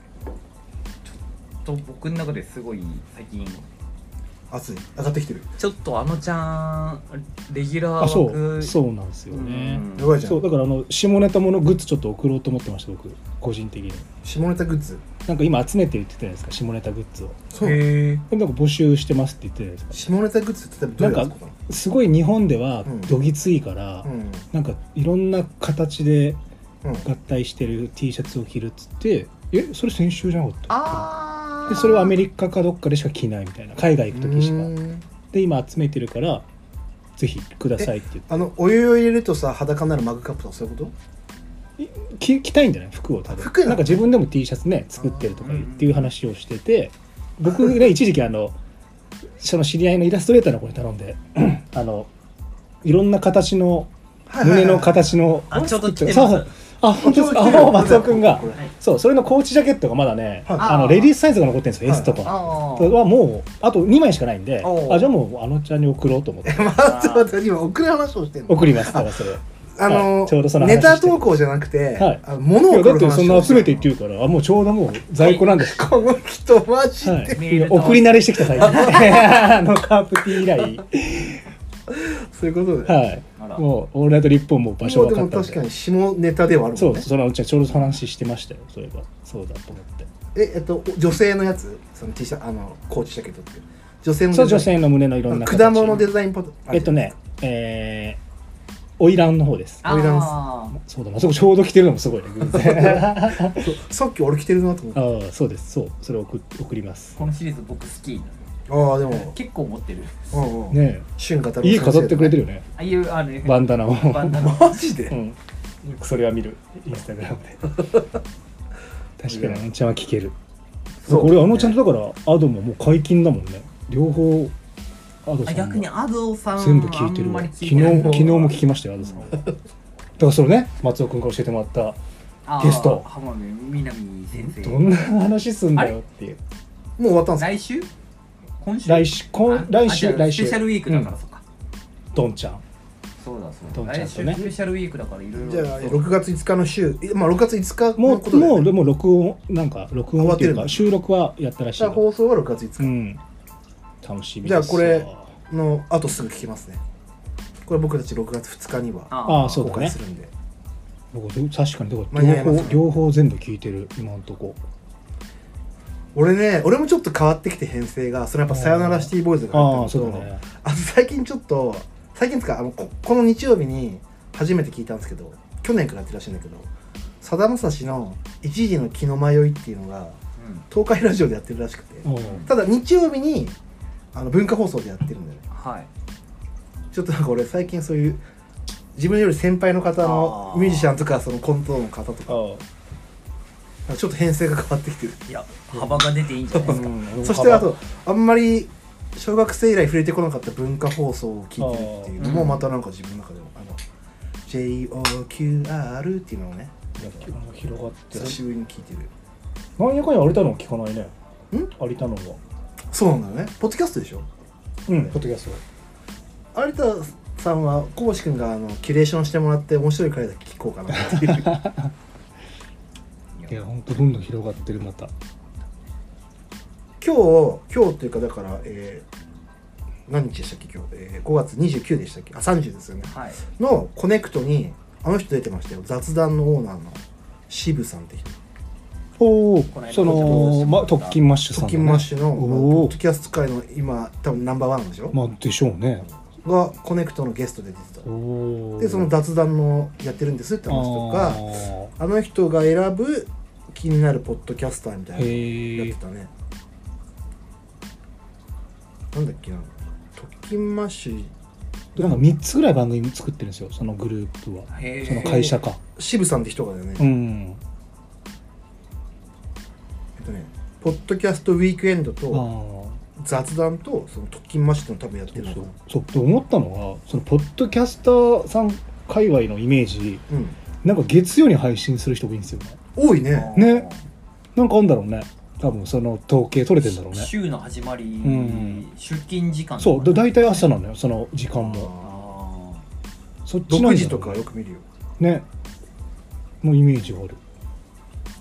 [SPEAKER 1] ちょっと僕の中ですごい最近
[SPEAKER 2] 熱い上がってきてる
[SPEAKER 1] ちょっとあのちゃんレギュラー
[SPEAKER 3] あそ
[SPEAKER 1] 枠
[SPEAKER 3] うそうなんですよね
[SPEAKER 1] うん
[SPEAKER 2] やばいじゃ
[SPEAKER 3] そうんだからあの下ネタものグッズちょっと送ろうと思ってました僕個人的に
[SPEAKER 2] 下ネタグッズ
[SPEAKER 3] なんか今集めてるって言ってたじゃないですか下ネタグッズを
[SPEAKER 2] そう
[SPEAKER 1] へえ
[SPEAKER 3] これなんか募集してますって言ってたじゃないですか
[SPEAKER 2] 下ネタグッズって例えばどういうやつとか
[SPEAKER 3] すごい日本では
[SPEAKER 2] うん
[SPEAKER 3] どぎついから、
[SPEAKER 2] うん
[SPEAKER 3] なんかいろんな形で
[SPEAKER 2] うん
[SPEAKER 3] 合体してる T シャツを着るっつってえそれ先週じゃなかった
[SPEAKER 1] ああ
[SPEAKER 3] でそれはアメ
[SPEAKER 1] リ
[SPEAKER 3] リカかどっかでしか着ないみたいな海外行く時しか
[SPEAKER 2] うん
[SPEAKER 3] で今集めてるからぜひくださいって言って
[SPEAKER 2] あのお湯を入れるとさ裸になるマグカップとかそういうこと
[SPEAKER 3] 着着たいんじゃない服を多分
[SPEAKER 2] 服なの
[SPEAKER 3] なんか自分でも T シャツね作ってるとかいう
[SPEAKER 1] あー
[SPEAKER 3] っていう話をしてて僕ね一時期あのその知り合いのイラストレーターの子に頼んで あのいろんな形の胸の形の
[SPEAKER 1] あちょうど着てます
[SPEAKER 3] そうそうあ本当ですかあ松尾君が
[SPEAKER 2] これ
[SPEAKER 3] そうそれのコーチジャケットがまだね
[SPEAKER 2] はい
[SPEAKER 3] あのレディースサイズが残ってるんですよ
[SPEAKER 2] はい
[SPEAKER 3] S とか
[SPEAKER 1] あ
[SPEAKER 3] は
[SPEAKER 1] ー
[SPEAKER 3] もうあと2枚しかないんで
[SPEAKER 1] おう
[SPEAKER 3] あじゃあもうあのちゃんに送ろうと思って
[SPEAKER 2] 松尾君今送る話をしてるの
[SPEAKER 3] 送りますだからそれ
[SPEAKER 2] あの
[SPEAKER 3] はいちょうどその話
[SPEAKER 2] ネタ投稿じゃなくて
[SPEAKER 3] はい
[SPEAKER 2] あの物を
[SPEAKER 3] いや
[SPEAKER 2] 送
[SPEAKER 3] だ
[SPEAKER 2] る話
[SPEAKER 3] って
[SPEAKER 2] を
[SPEAKER 3] そんな集めてって言うからあもうちょうどもう在庫なんです
[SPEAKER 2] この人マジ
[SPEAKER 3] は
[SPEAKER 2] で
[SPEAKER 3] い、いや送り慣れしてきた最近 あのカープティー以来
[SPEAKER 2] そういうことで
[SPEAKER 3] は
[SPEAKER 1] あら
[SPEAKER 3] いもうオールナイトリップももう場所
[SPEAKER 2] もう
[SPEAKER 3] 分
[SPEAKER 2] で
[SPEAKER 3] かっ
[SPEAKER 2] も
[SPEAKER 3] たん
[SPEAKER 2] 確か
[SPEAKER 3] で
[SPEAKER 2] に下ネタではある
[SPEAKER 3] そ
[SPEAKER 2] もん
[SPEAKER 3] う
[SPEAKER 2] ね
[SPEAKER 3] そのうちはちょうど話してましたよそういえばそうだと思って
[SPEAKER 2] ええっと女性のやつその T シャツあのコーチジャケットって女性の
[SPEAKER 3] そう
[SPEAKER 2] デ
[SPEAKER 3] 女
[SPEAKER 2] ザイン
[SPEAKER 3] 性の胸のいろんな
[SPEAKER 2] あの果物デザインポテト
[SPEAKER 3] えっとねえー、花魁の方です
[SPEAKER 1] あ
[SPEAKER 2] オイランス
[SPEAKER 1] ー
[SPEAKER 3] そうだなそこちょうど着てるのもすごいね偶 然あ
[SPEAKER 2] そうさっき俺着てるなと思って
[SPEAKER 3] あそうですそうそれを送送ります
[SPEAKER 1] このシリーズ僕好き
[SPEAKER 2] ああでも
[SPEAKER 1] 結構持ってる
[SPEAKER 2] うんうん
[SPEAKER 3] ね
[SPEAKER 2] 旬語る
[SPEAKER 3] え家飾ってくれてるよね
[SPEAKER 1] ああいうあれ
[SPEAKER 3] バンダナを
[SPEAKER 1] バンダナ
[SPEAKER 2] マジで
[SPEAKER 3] うん、よくそれは見るインスタグラムで確かにあのちゃんは聞ける
[SPEAKER 2] そう
[SPEAKER 3] これあのちゃんとだからアドももう解禁だもんね両方アド
[SPEAKER 1] あ
[SPEAKER 3] さん
[SPEAKER 1] 逆に
[SPEAKER 3] も
[SPEAKER 1] アドさん
[SPEAKER 3] 全部聞いてる
[SPEAKER 1] あ
[SPEAKER 3] わ
[SPEAKER 1] んまり
[SPEAKER 3] 昨
[SPEAKER 1] 聞
[SPEAKER 3] 日
[SPEAKER 1] いてない
[SPEAKER 3] 昨日も聞きましたよアドさんはだからそれね松尾君から教えてもらった
[SPEAKER 1] あー
[SPEAKER 3] ゲスト
[SPEAKER 1] 浜辺美波先
[SPEAKER 3] ど
[SPEAKER 1] 生
[SPEAKER 3] んな話すんだよってい
[SPEAKER 2] も
[SPEAKER 3] う
[SPEAKER 2] う終わったんですか
[SPEAKER 1] 来週今週
[SPEAKER 3] 来週今
[SPEAKER 1] あ
[SPEAKER 3] 来
[SPEAKER 1] あじ
[SPEAKER 3] 週
[SPEAKER 1] ゃあ
[SPEAKER 3] 来週
[SPEAKER 1] スペシャルウィークだから、
[SPEAKER 3] うん
[SPEAKER 1] そっか
[SPEAKER 3] ドンちゃん
[SPEAKER 1] そうだそ
[SPEAKER 3] ど
[SPEAKER 1] うんだ
[SPEAKER 3] ちゃ
[SPEAKER 1] 来
[SPEAKER 3] んと
[SPEAKER 1] 週、
[SPEAKER 3] ね
[SPEAKER 1] スペシャルウィークだからいろいろ
[SPEAKER 2] じゃあ
[SPEAKER 1] そう
[SPEAKER 2] 6月5日の週いまあ6月5日
[SPEAKER 3] も
[SPEAKER 2] の
[SPEAKER 3] う
[SPEAKER 2] ことで
[SPEAKER 3] もうでも録音なんか録音っていう
[SPEAKER 2] あ終わってるんだ
[SPEAKER 3] か収録はやったらしいの
[SPEAKER 2] 放送は6月5
[SPEAKER 3] う
[SPEAKER 2] 日
[SPEAKER 3] ん楽しみ
[SPEAKER 2] じゃあ
[SPEAKER 3] です
[SPEAKER 2] こ
[SPEAKER 3] よ
[SPEAKER 2] れのあとすぐ聞きますねこれ僕たち6月2日には
[SPEAKER 1] あ
[SPEAKER 3] ああそう
[SPEAKER 2] 公
[SPEAKER 3] だね
[SPEAKER 2] 開するんで
[SPEAKER 3] 僕ど確かにどこ
[SPEAKER 2] 間に合い
[SPEAKER 3] 両
[SPEAKER 2] ます
[SPEAKER 3] 方両方全部聞いてる今のとこ
[SPEAKER 2] 俺ね俺もちょっと変わってきて編成がそれはやっぱ「さよならシティボーイズ」が
[SPEAKER 3] あ
[SPEAKER 2] 入
[SPEAKER 3] あ
[SPEAKER 2] ってるん
[SPEAKER 3] そう
[SPEAKER 2] で
[SPEAKER 3] だ
[SPEAKER 2] すけど
[SPEAKER 3] ね
[SPEAKER 2] あと最近ちょっと最近ですかあのここの日曜日に初めて聞いたんですけど去年からやってるらしいんだけどさだまさしの「一時の気の迷い」っていうのが
[SPEAKER 1] うん
[SPEAKER 2] 東海ラジオでやってるらしくて
[SPEAKER 3] うん
[SPEAKER 2] ただ日曜日にあの文化放送でやってるんだよね
[SPEAKER 1] はい
[SPEAKER 2] ちょっとなんか俺最近そういう自分より先輩の方の
[SPEAKER 1] あー
[SPEAKER 2] ミュージシャンとかそのコントの方とか
[SPEAKER 3] あ
[SPEAKER 2] らちょっと編成が変わってきてる
[SPEAKER 1] いや幅が出ていいんじゃないですか、
[SPEAKER 2] そしてあとあんまり小学生以来触れてこなかった文化放送を聞いてるっていうの
[SPEAKER 1] あ
[SPEAKER 2] も
[SPEAKER 1] ー
[SPEAKER 2] またなんか自分の中でもあの JOQR っていうのをね
[SPEAKER 3] 広がって
[SPEAKER 2] 久しぶりに聞いてる
[SPEAKER 3] なんやかんや有田の聞かないね
[SPEAKER 2] ん
[SPEAKER 3] 有田のは
[SPEAKER 2] そうなんだよねポッドキャストでしょ
[SPEAKER 3] うんポッドキャス
[SPEAKER 2] 有田さんはこぼし君があのキュレーションしてもらって面白い回だけ聞こうかなって いう
[SPEAKER 3] トいやほんとどんどん広がってるまた
[SPEAKER 2] 今日今日っていうかだから、えー何日でしたっけ今日、えー5月29でしたっけあ30ですよね
[SPEAKER 1] はい
[SPEAKER 2] のコネクトにあの人出てましたよ雑談のオーナーの渋さんって人
[SPEAKER 3] おお
[SPEAKER 1] この間
[SPEAKER 3] その、ま、特勤マッシュさん、
[SPEAKER 2] 特勤マッシュの、まあポ
[SPEAKER 3] お
[SPEAKER 2] ッ
[SPEAKER 3] お
[SPEAKER 2] ドキャスト界の今多分ナンバーワンでしょ、
[SPEAKER 3] まあでしょうね
[SPEAKER 2] がコネクトのゲストで出てた
[SPEAKER 3] おお
[SPEAKER 2] でその雑談のやってるんですって話とかあの人が選ぶ気になるポッドキャスターみたいなやっ
[SPEAKER 3] へ
[SPEAKER 2] て
[SPEAKER 3] え
[SPEAKER 2] たね、なんだっけな特勤マッシュ
[SPEAKER 3] なんか3つぐらい番組作ってるんですよそのグループは
[SPEAKER 1] へ
[SPEAKER 3] その
[SPEAKER 1] え
[SPEAKER 3] 会社か
[SPEAKER 2] 渋さんって人がだよね、
[SPEAKER 3] う
[SPEAKER 2] え
[SPEAKER 3] ん
[SPEAKER 2] っとねポッドキャストウィークエンド
[SPEAKER 3] あ
[SPEAKER 2] と
[SPEAKER 3] あ
[SPEAKER 2] 雑談とその特勤マッシュっての多分やって
[SPEAKER 3] そう
[SPEAKER 2] るのか
[SPEAKER 3] そ
[SPEAKER 2] な
[SPEAKER 3] うそうと思ったのがそのポッドキャスターさん界隈のイメージ
[SPEAKER 2] うん
[SPEAKER 3] なんか月曜に配信する人がいいんですよね
[SPEAKER 2] 多いね
[SPEAKER 3] ねなんかあるんだろうね多分その統計取れてんだろうね
[SPEAKER 1] 週の始まり、
[SPEAKER 3] ん
[SPEAKER 1] 出勤時間
[SPEAKER 3] そうだ
[SPEAKER 1] だ
[SPEAKER 3] 大体朝なのよその時間も
[SPEAKER 2] あ
[SPEAKER 3] そっ
[SPEAKER 2] ー
[SPEAKER 3] ちなん
[SPEAKER 2] 6
[SPEAKER 3] だろうね
[SPEAKER 2] 時とかよく見るよ
[SPEAKER 3] ねもうイメージがある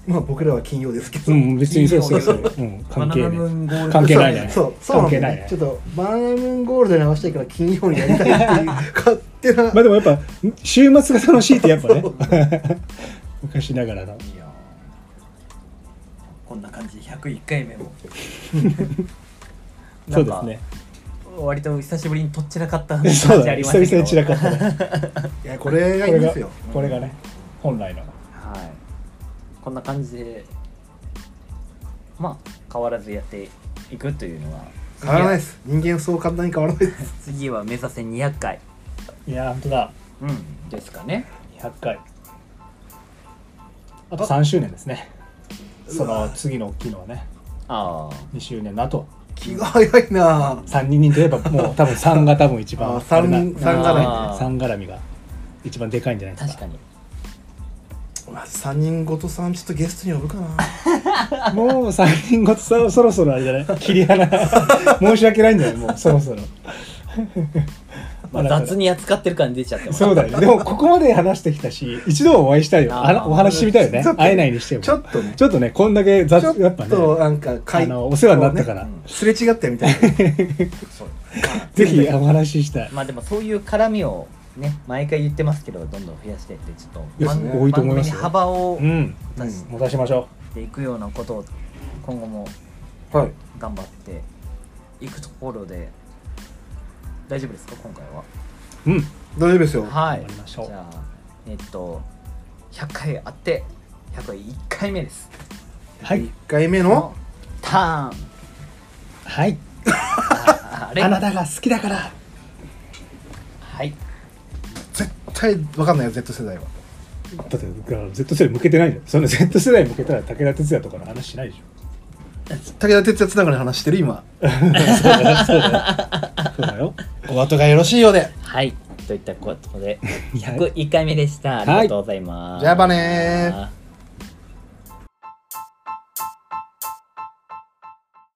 [SPEAKER 2] まあ僕らは金曜ですけど、
[SPEAKER 3] うん別にそうそうそう、 うん、
[SPEAKER 1] バ
[SPEAKER 3] 関
[SPEAKER 1] ナ
[SPEAKER 3] 係
[SPEAKER 1] ナ
[SPEAKER 3] ね
[SPEAKER 1] ムーンゴールド
[SPEAKER 3] 関係ないね
[SPEAKER 2] そうそうなんだよねち
[SPEAKER 3] 関
[SPEAKER 2] ょ
[SPEAKER 3] 係
[SPEAKER 2] っとバナナムーンゴールドに合わせたいから金曜にやりたいっ ていう勝手な、
[SPEAKER 3] まあでもやっぱ週末が楽しいってやっぱね
[SPEAKER 2] そう
[SPEAKER 3] 昔ながら
[SPEAKER 1] い
[SPEAKER 3] の
[SPEAKER 1] やーこんな感じで101回目も
[SPEAKER 3] そうですね
[SPEAKER 1] 割と久しぶりにとっちらかった感
[SPEAKER 3] そう
[SPEAKER 1] じ
[SPEAKER 3] だ
[SPEAKER 1] あ
[SPEAKER 3] ね
[SPEAKER 1] りま
[SPEAKER 3] 久
[SPEAKER 1] したけ
[SPEAKER 3] 々
[SPEAKER 1] ど
[SPEAKER 3] に散らかったね
[SPEAKER 2] いやこれがいいんですよ
[SPEAKER 3] これがね本来の
[SPEAKER 1] はいこんな感じでまあ変わらずやっていくというのは
[SPEAKER 2] 変わらないです人間そう簡単に変わらないです
[SPEAKER 1] 次は目指せ200回、
[SPEAKER 3] いやー本当だ
[SPEAKER 1] うん、ですかね
[SPEAKER 3] 100回あと3周年ですねそう
[SPEAKER 2] わ
[SPEAKER 3] の次の大きいのはね
[SPEAKER 1] ああ
[SPEAKER 3] 2周年の後
[SPEAKER 2] 気が早いな
[SPEAKER 3] 3人といえばもう多分3が多分一
[SPEAKER 2] あ
[SPEAKER 3] 番
[SPEAKER 2] 三3
[SPEAKER 1] あー
[SPEAKER 2] がないね
[SPEAKER 1] あー
[SPEAKER 3] 3絡みが一番でかいんじゃないです
[SPEAKER 1] 確
[SPEAKER 3] か
[SPEAKER 1] かに
[SPEAKER 2] まあ3人ごとさんちょっとゲストに呼ぶかな
[SPEAKER 3] もう3人ごとさそろそろあれじ ゃない切り離申し訳ないんだよもうそろそろ
[SPEAKER 1] まあ、雑に扱ってる感じ出ちゃってます
[SPEAKER 3] そうだよねでもここまで話してきたし一度はお会いしたいよ
[SPEAKER 1] あー
[SPEAKER 3] あのお話ししてみたいよね
[SPEAKER 2] ちょっと
[SPEAKER 3] 会えないにしても
[SPEAKER 2] ちょっとね
[SPEAKER 3] ちょっとねこんだけ
[SPEAKER 2] ちょ
[SPEAKER 3] 雑
[SPEAKER 2] っ
[SPEAKER 3] やっぱね
[SPEAKER 2] となんか
[SPEAKER 3] あ
[SPEAKER 2] 会
[SPEAKER 3] のお世話になったから、
[SPEAKER 1] うん
[SPEAKER 2] すれ違ったみたい な
[SPEAKER 1] そう
[SPEAKER 3] ぜひお話ししたい
[SPEAKER 1] まあでもそういう絡みをね毎回言ってますけどどんどん増やしていってちょっと
[SPEAKER 3] いや
[SPEAKER 1] 番
[SPEAKER 3] 多いと思います
[SPEAKER 1] 番組に
[SPEAKER 3] よ
[SPEAKER 1] 幅を
[SPEAKER 3] うん
[SPEAKER 1] 出し
[SPEAKER 3] 持たしましょ
[SPEAKER 1] ていくようなことを今後も
[SPEAKER 2] はい
[SPEAKER 1] 頑張っていくところで大丈夫ですか今回は
[SPEAKER 3] ううん
[SPEAKER 2] 大丈夫ですよ
[SPEAKER 1] はい
[SPEAKER 3] 頑張りましょう
[SPEAKER 1] じゃあえっと100回あって101回目です
[SPEAKER 3] はい
[SPEAKER 2] 1回目の
[SPEAKER 1] ターン
[SPEAKER 3] はい
[SPEAKER 1] ああれ
[SPEAKER 3] あなたが好きだから
[SPEAKER 1] はい
[SPEAKER 2] 絶対わかんないよ Z 世代は
[SPEAKER 3] だって Z 世代向けてないじゃんその Z 世代向けたら武田鉄矢とかの話しないでしょ
[SPEAKER 2] 武田鉄矢つながりの話してる今
[SPEAKER 3] そうだよ
[SPEAKER 2] お後がよろしいようで
[SPEAKER 1] はいといったことで101回目でしたありがとうございます、
[SPEAKER 2] じゃあばねー